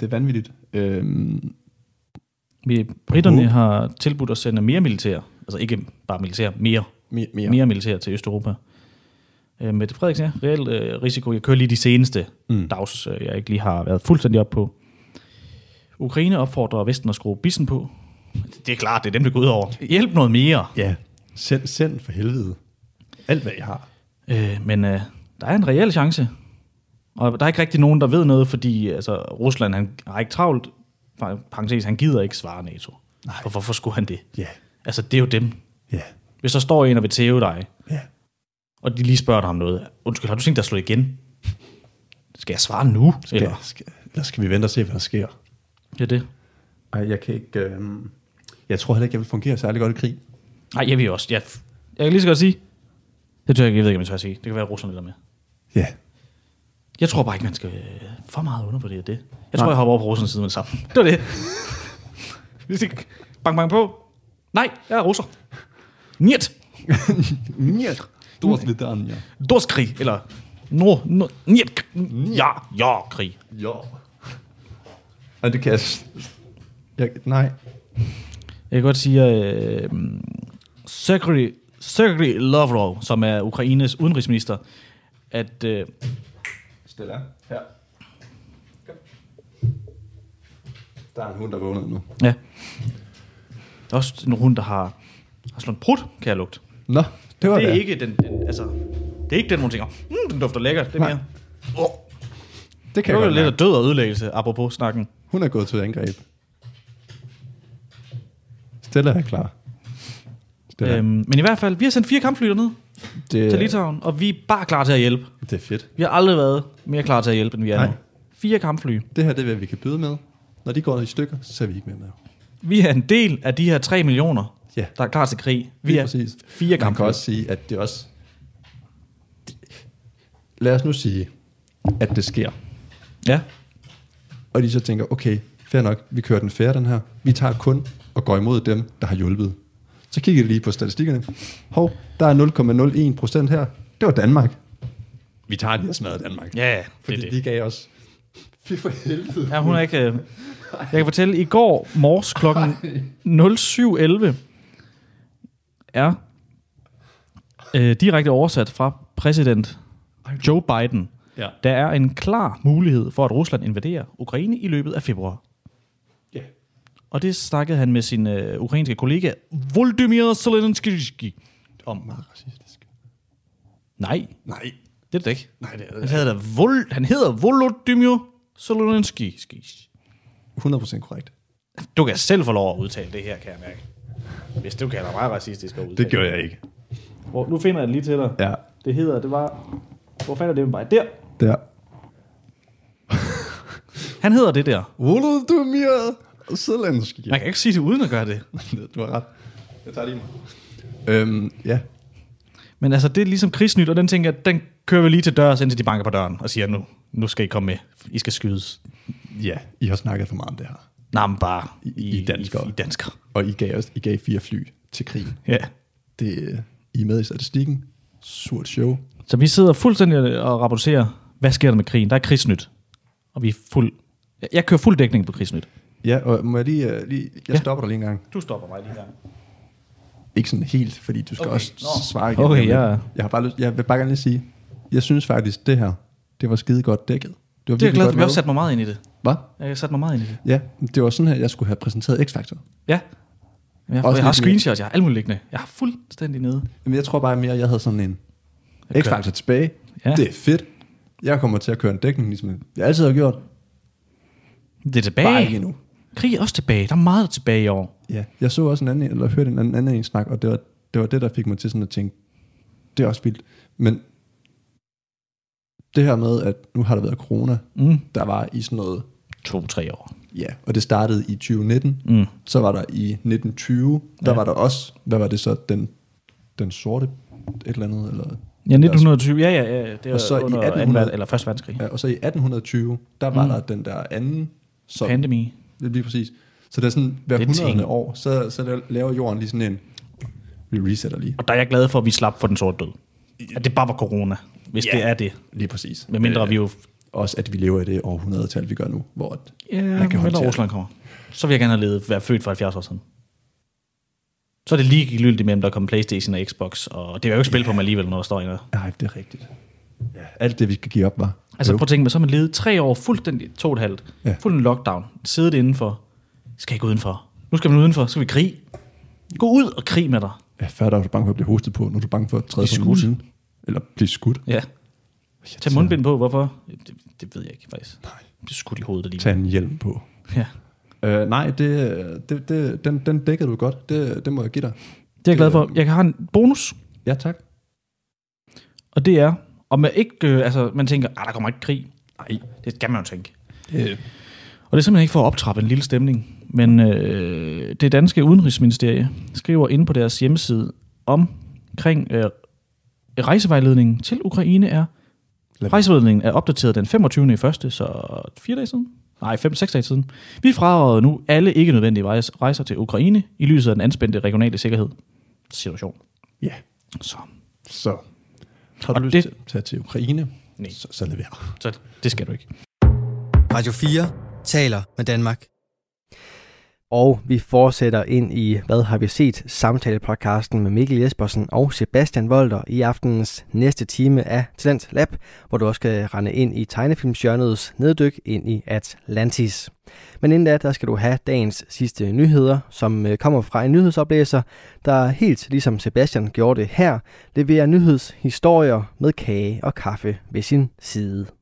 Speaker 3: det er vanvittigt. Øhm,
Speaker 4: Vi, britterne
Speaker 3: Uh.
Speaker 4: har tilbudt at sende mere militær, altså ikke bare militær, mere
Speaker 3: mere,
Speaker 4: mere, mere militær til Østeuropa. Øh, Mette Frederiksen, ja, reelt øh, risiko. Jeg kører lige de seneste mm. dags, øh, jeg ikke lige har været fuldstændig op på. Ukraine opfordrer Vesten at skrue bissen på. Det er klart, det er dem, der går ud over. Hjælp noget mere.
Speaker 3: Ja, send, send for helvede. Alt, hvad jeg har.
Speaker 4: Øh, men øh, der er en reel chance. Og der er ikke rigtig nogen, der ved noget, fordi altså, Rusland han har ikke travlt. Fra- Parentes, han gider ikke svare NATO. Nej. Og hvorfor skulle han det?
Speaker 3: Ja,
Speaker 4: Altså, det er jo dem.
Speaker 3: ja,
Speaker 4: Hvis der står en og vil tæve dig,
Speaker 3: ja.
Speaker 4: og de lige spørger dig om noget. Undskyld, har du tænkt dig at slå igen? Skal jeg svare nu? Skal
Speaker 3: Skal,
Speaker 4: Eller?
Speaker 3: skal, eller skal vi vente og se, hvad der sker?
Speaker 4: Ja, det.
Speaker 3: Ej, jeg kan ikke... Øhm, jeg tror heller ikke, jeg vil fungere særlig godt i krig.
Speaker 4: Nej, jeg vil også. Jeg, jeg kan lige så godt sige. Det tør jeg ikke, jeg ved ikke, om jeg tør sige. Det kan være, at russerne er med.
Speaker 3: Ja.
Speaker 4: Jeg tror bare ikke, man skal øh, for meget undervurdere det. Jeg tror, jeg hopper over på russernes side med det samme. Det var det. Hvis ikke bang, bang på. Nej, jeg er russer. Niet.
Speaker 3: Ja. Du er også lidt der, ja.
Speaker 4: Dorskrig. Eller nord, nord, niet. Ja, ja, krig.
Speaker 3: Ja. Ej, det kan jeg... s- jeg nej.
Speaker 4: Jeg kan godt sige, at øh, Sergej Sergej Lavrov, som er Ukraines udenrigsminister, at øh,
Speaker 3: Stille her. Der er en hund, der vågner nu.
Speaker 4: Ja. Der er også en hund, der har, har slået en prut, kan jeg lugte.
Speaker 3: Nå, det var
Speaker 4: Det er
Speaker 3: da-
Speaker 4: ikke den, den altså, det er ikke den, hvor man tænker, mm, den dufter lækkert. Det er mere.
Speaker 3: det kan
Speaker 4: Det
Speaker 3: jeg
Speaker 4: var
Speaker 3: godt
Speaker 4: lidt
Speaker 3: lidt.
Speaker 4: af død og ødelæggelse, apropos snakken.
Speaker 3: Hun er gået til angreb. Stella er klar. Stella.
Speaker 4: Øhm, men i hvert fald, vi har sendt fire kampfly derned
Speaker 3: det,
Speaker 4: til Litauen, og vi er bare klar til at hjælpe.
Speaker 3: det er fedt.
Speaker 4: Vi har aldrig været mere klar til at hjælpe, end vi er
Speaker 3: Nej.
Speaker 4: nu. Fire kampfly.
Speaker 3: Det her det er, hvad vi kan byde med. Når de går i stykker, så er vi ikke med med.
Speaker 4: Vi er en del af de her 3 millioner,
Speaker 3: Ja.
Speaker 4: der er klar til krig. Vi
Speaker 3: Lige
Speaker 4: er
Speaker 3: præcis.
Speaker 4: fire
Speaker 3: Man
Speaker 4: kampfly.
Speaker 3: kan også sige, at det også... Lad os nu sige, at det sker.
Speaker 4: Ja.
Speaker 3: Og de så tænker, okay, fair nok, vi kører den færre den her. Vi tager kun og går imod dem, der har hjulpet. Så kigger de lige på statistikkerne. Hov, der er 0,01 procent her. Det var Danmark. Vi tager lige og smadrer Danmark.
Speaker 4: Ja, ja,
Speaker 3: fordi
Speaker 4: det er det.
Speaker 3: de gav os... Fy for helvede.
Speaker 4: Ja, hun er ikke... øh, Jeg kan fortælle, i går morges klokken 07.11 er øh, direkte oversat fra præsident Joe Biden.
Speaker 3: Ja.
Speaker 4: Der er en klar mulighed for, at Rusland invaderer Ukraine i løbet af februar.
Speaker 3: Ja.
Speaker 4: Og det snakkede han med sin øh, ukrainske kollega Volodymyr Zelensky om.
Speaker 3: Meget racistisk.
Speaker 4: Nej,
Speaker 3: Nej.
Speaker 4: det er det da ikke.
Speaker 3: Nej, det er
Speaker 4: Han hedder, Vol- han hedder Volodymyr Zelensky.
Speaker 3: 100% korrekt.
Speaker 4: Du kan selv få lov at udtale det her, kan jeg mærke. Hvis du kalder mig racistisk at udtale
Speaker 3: gjorde jeg ikke.
Speaker 4: Hvor, nu finder jeg det lige til dig.
Speaker 3: Ja.
Speaker 4: Det hedder, det var... Hvor fanden er det med mig? Der!
Speaker 3: Der.
Speaker 4: Han hedder det der.
Speaker 3: Volodymyr Zelensky.
Speaker 4: Man kan ikke sige det uden at gøre det.
Speaker 3: Du har ret. Jeg tager lige mig. Øhm, ja.
Speaker 4: Men altså, det er ligesom krigsnyt, og den tænker jeg, den kører vi lige til dørs, indtil de banker på døren og siger, nu, nu skal I komme med. I skal skydes.
Speaker 3: Ja, I har snakket for meget om det her.
Speaker 4: Nej, men bare
Speaker 3: I- I danskere.
Speaker 4: I, I danskere.
Speaker 3: Og I gav, os, I gav fire fly til krig.
Speaker 4: Ja.
Speaker 3: Det, øh, I er med i statistikken. Surt show.
Speaker 4: Så vi sidder fuldstændig og rapporterer, hvad sker der med krigen? Der er krigsnyt. Og vi er fuld... Jeg- Jeg kører fuld dækning på krigsnyt.
Speaker 3: Ja, og må jeg lige... øh, lige jeg
Speaker 4: Ja.
Speaker 3: stopper dig lige en gang.
Speaker 4: Du stopper mig lige her.
Speaker 3: Ikke sådan helt, fordi du skal
Speaker 4: Okay,
Speaker 3: okay. også
Speaker 4: nå.
Speaker 3: svare igen.
Speaker 4: Okay,
Speaker 3: Men
Speaker 4: ja.
Speaker 3: Jeg, har bare lyst, jeg vil bare gerne lige sige, jeg synes faktisk, det her, det var skide godt dækket. Det var
Speaker 4: Det er jeg
Speaker 3: virkelig
Speaker 4: glad for.
Speaker 3: godt
Speaker 4: Jeg har også
Speaker 3: lavet.
Speaker 4: sat mig meget ind i det.
Speaker 3: Hvad?
Speaker 4: Jeg har sat mig meget ind i det.
Speaker 3: Ja, det var sådan her, jeg skulle have præsenteret X-Factor.
Speaker 4: Ja. Jeg
Speaker 3: Også
Speaker 4: har, jeg har
Speaker 3: lidt mere.
Speaker 4: screenshots, jeg har alt muligt liggende. Jeg har fuldstændig nede.
Speaker 3: Jamen, jeg tror bare mere, jeg havde sådan en
Speaker 4: Jeg kører-
Speaker 3: X-Factor tilbage.
Speaker 4: Ja.
Speaker 3: Ja. Det er fedt. Jeg kommer til at køre en dækning, ligesom jeg altid har gjort.
Speaker 4: Det er
Speaker 3: Bare
Speaker 4: tilbage.
Speaker 3: ikke endnu.
Speaker 4: Krig er også tilbage. Der er meget tilbage i år.
Speaker 3: Ja. Jeg så også en anden, eller hørte en anden, anden en snak, og det var, det var det, der fik mig til sådan at tænke, det er også vildt. Men det her med, at nu har der været corona,
Speaker 4: Mm.
Speaker 3: der var i sådan noget,
Speaker 4: To-tre år.
Speaker 3: ja, og det startede i 2019,
Speaker 4: Mm.
Speaker 3: så var der i 1920, der
Speaker 4: Ja.
Speaker 3: ja. var der også, hvad var det så, den, den sorte et eller andet, eller
Speaker 4: Ja, 1920. Ja, ja, ja. Det er
Speaker 3: Og så i
Speaker 4: under
Speaker 3: 1800
Speaker 4: anden, eller første verdenskrig.
Speaker 3: Ja, og så i 1820, der var
Speaker 4: Mm.
Speaker 3: mm. der den der anden, som,
Speaker 4: Pandemi.
Speaker 3: det er lige præcis. Så det er sådan, hver
Speaker 4: Det er en ting.
Speaker 3: 100. år, så, så laver jorden lige sådan en, vi resetter lige.
Speaker 4: Og der er jeg glad for, at vi slap for den sorte død. At det bare var corona, hvis
Speaker 3: Ja.
Speaker 4: det er det.
Speaker 3: Lige præcis.
Speaker 4: Med mindre vi jo...
Speaker 3: Også at vi lever i det århundredetal, vi gør nu, hvor at
Speaker 4: Ja,
Speaker 3: man kan
Speaker 4: mindre
Speaker 3: håndtere
Speaker 4: Rusland kommer. Så vil jeg gerne have levet, været født for 70 år siden. Så er det ligegyldigt mellem, der kommer Playstation og Xbox, og det er jo ikke spil på mig alligevel, når der står en der.
Speaker 3: Nej, det er rigtigt. Ja. Alt det, vi skal give op, var.
Speaker 4: Altså
Speaker 3: Jo.
Speaker 4: prøv at tænke mig, så har man levet tre år fuldstændig, to og et halvt, ja.
Speaker 3: Ja.
Speaker 4: fuldstændig lockdown, siddet indenfor, skal ikke udenfor. Nu skal man udenfor, så skal vi i krig. Gå ud og krig med dig.
Speaker 3: ja, før der var du bange for at blive hostet på, nu er du bange for at træde
Speaker 4: Blive
Speaker 3: på en
Speaker 4: skudt.
Speaker 3: udsiden. Eller blive skudt.
Speaker 4: Ja. Tag mundbind på, hvorfor? Det, det ved jeg ikke faktisk. Nej. Det skudt i hovedet lige.
Speaker 3: Tag en hjelm på.
Speaker 4: Ja.
Speaker 3: Uh, nej, det, det, det, den, den dækkede du godt. Det, det må jeg give dig.
Speaker 4: Det er jeg glad for.
Speaker 3: Det-
Speaker 4: Jeg har en bonus,
Speaker 3: Ja, tak.
Speaker 4: og det er, og man ikke, øh, altså man tænker, ah, der kommer ikke krig.
Speaker 3: Nej.
Speaker 4: Det skal man jo tænke.
Speaker 3: Øh,
Speaker 4: Og det er simpelthen ikke for at optrappe en lille stemning, men øh, det danske udenrigsministerie skriver inde på deres hjemmeside omkring øh, rejsevejledningen til Ukraine er,
Speaker 3: Lad-
Speaker 4: rejsevejledningen er opdateret den 25. i første, så fire dage siden? Nej, 5-6 dage siden. Vi fraråder nu alle ikke nødvendige rejs- rejser til Ukraine i lyset af den anspændte regionale sikkerhed. Situation.
Speaker 3: ja,
Speaker 4: Så,
Speaker 3: så har
Speaker 4: Og
Speaker 3: du lyst
Speaker 4: det-
Speaker 3: til at tage til Ukraine,
Speaker 4: Nej.
Speaker 3: så, så lad være.
Speaker 4: så det skal du ikke.
Speaker 1: Radio 4 taler med Danmark.
Speaker 2: Og vi fortsætter ind i, hvad har vi set, samtalepodcasten med Mikkel Jespersen og Sebastian Volter i aftenens næste time af Talent Lab, hvor du også skal rende ind i tegnefilmsjørnets neddyk ind i Atlantis. Men inden da, der skal du have dagens sidste nyheder, som øh, kommer fra en nyhedsoplæser, der helt ligesom Sebastian gjorde det her, leverer nyhedshistorier med kage og kaffe ved sin side.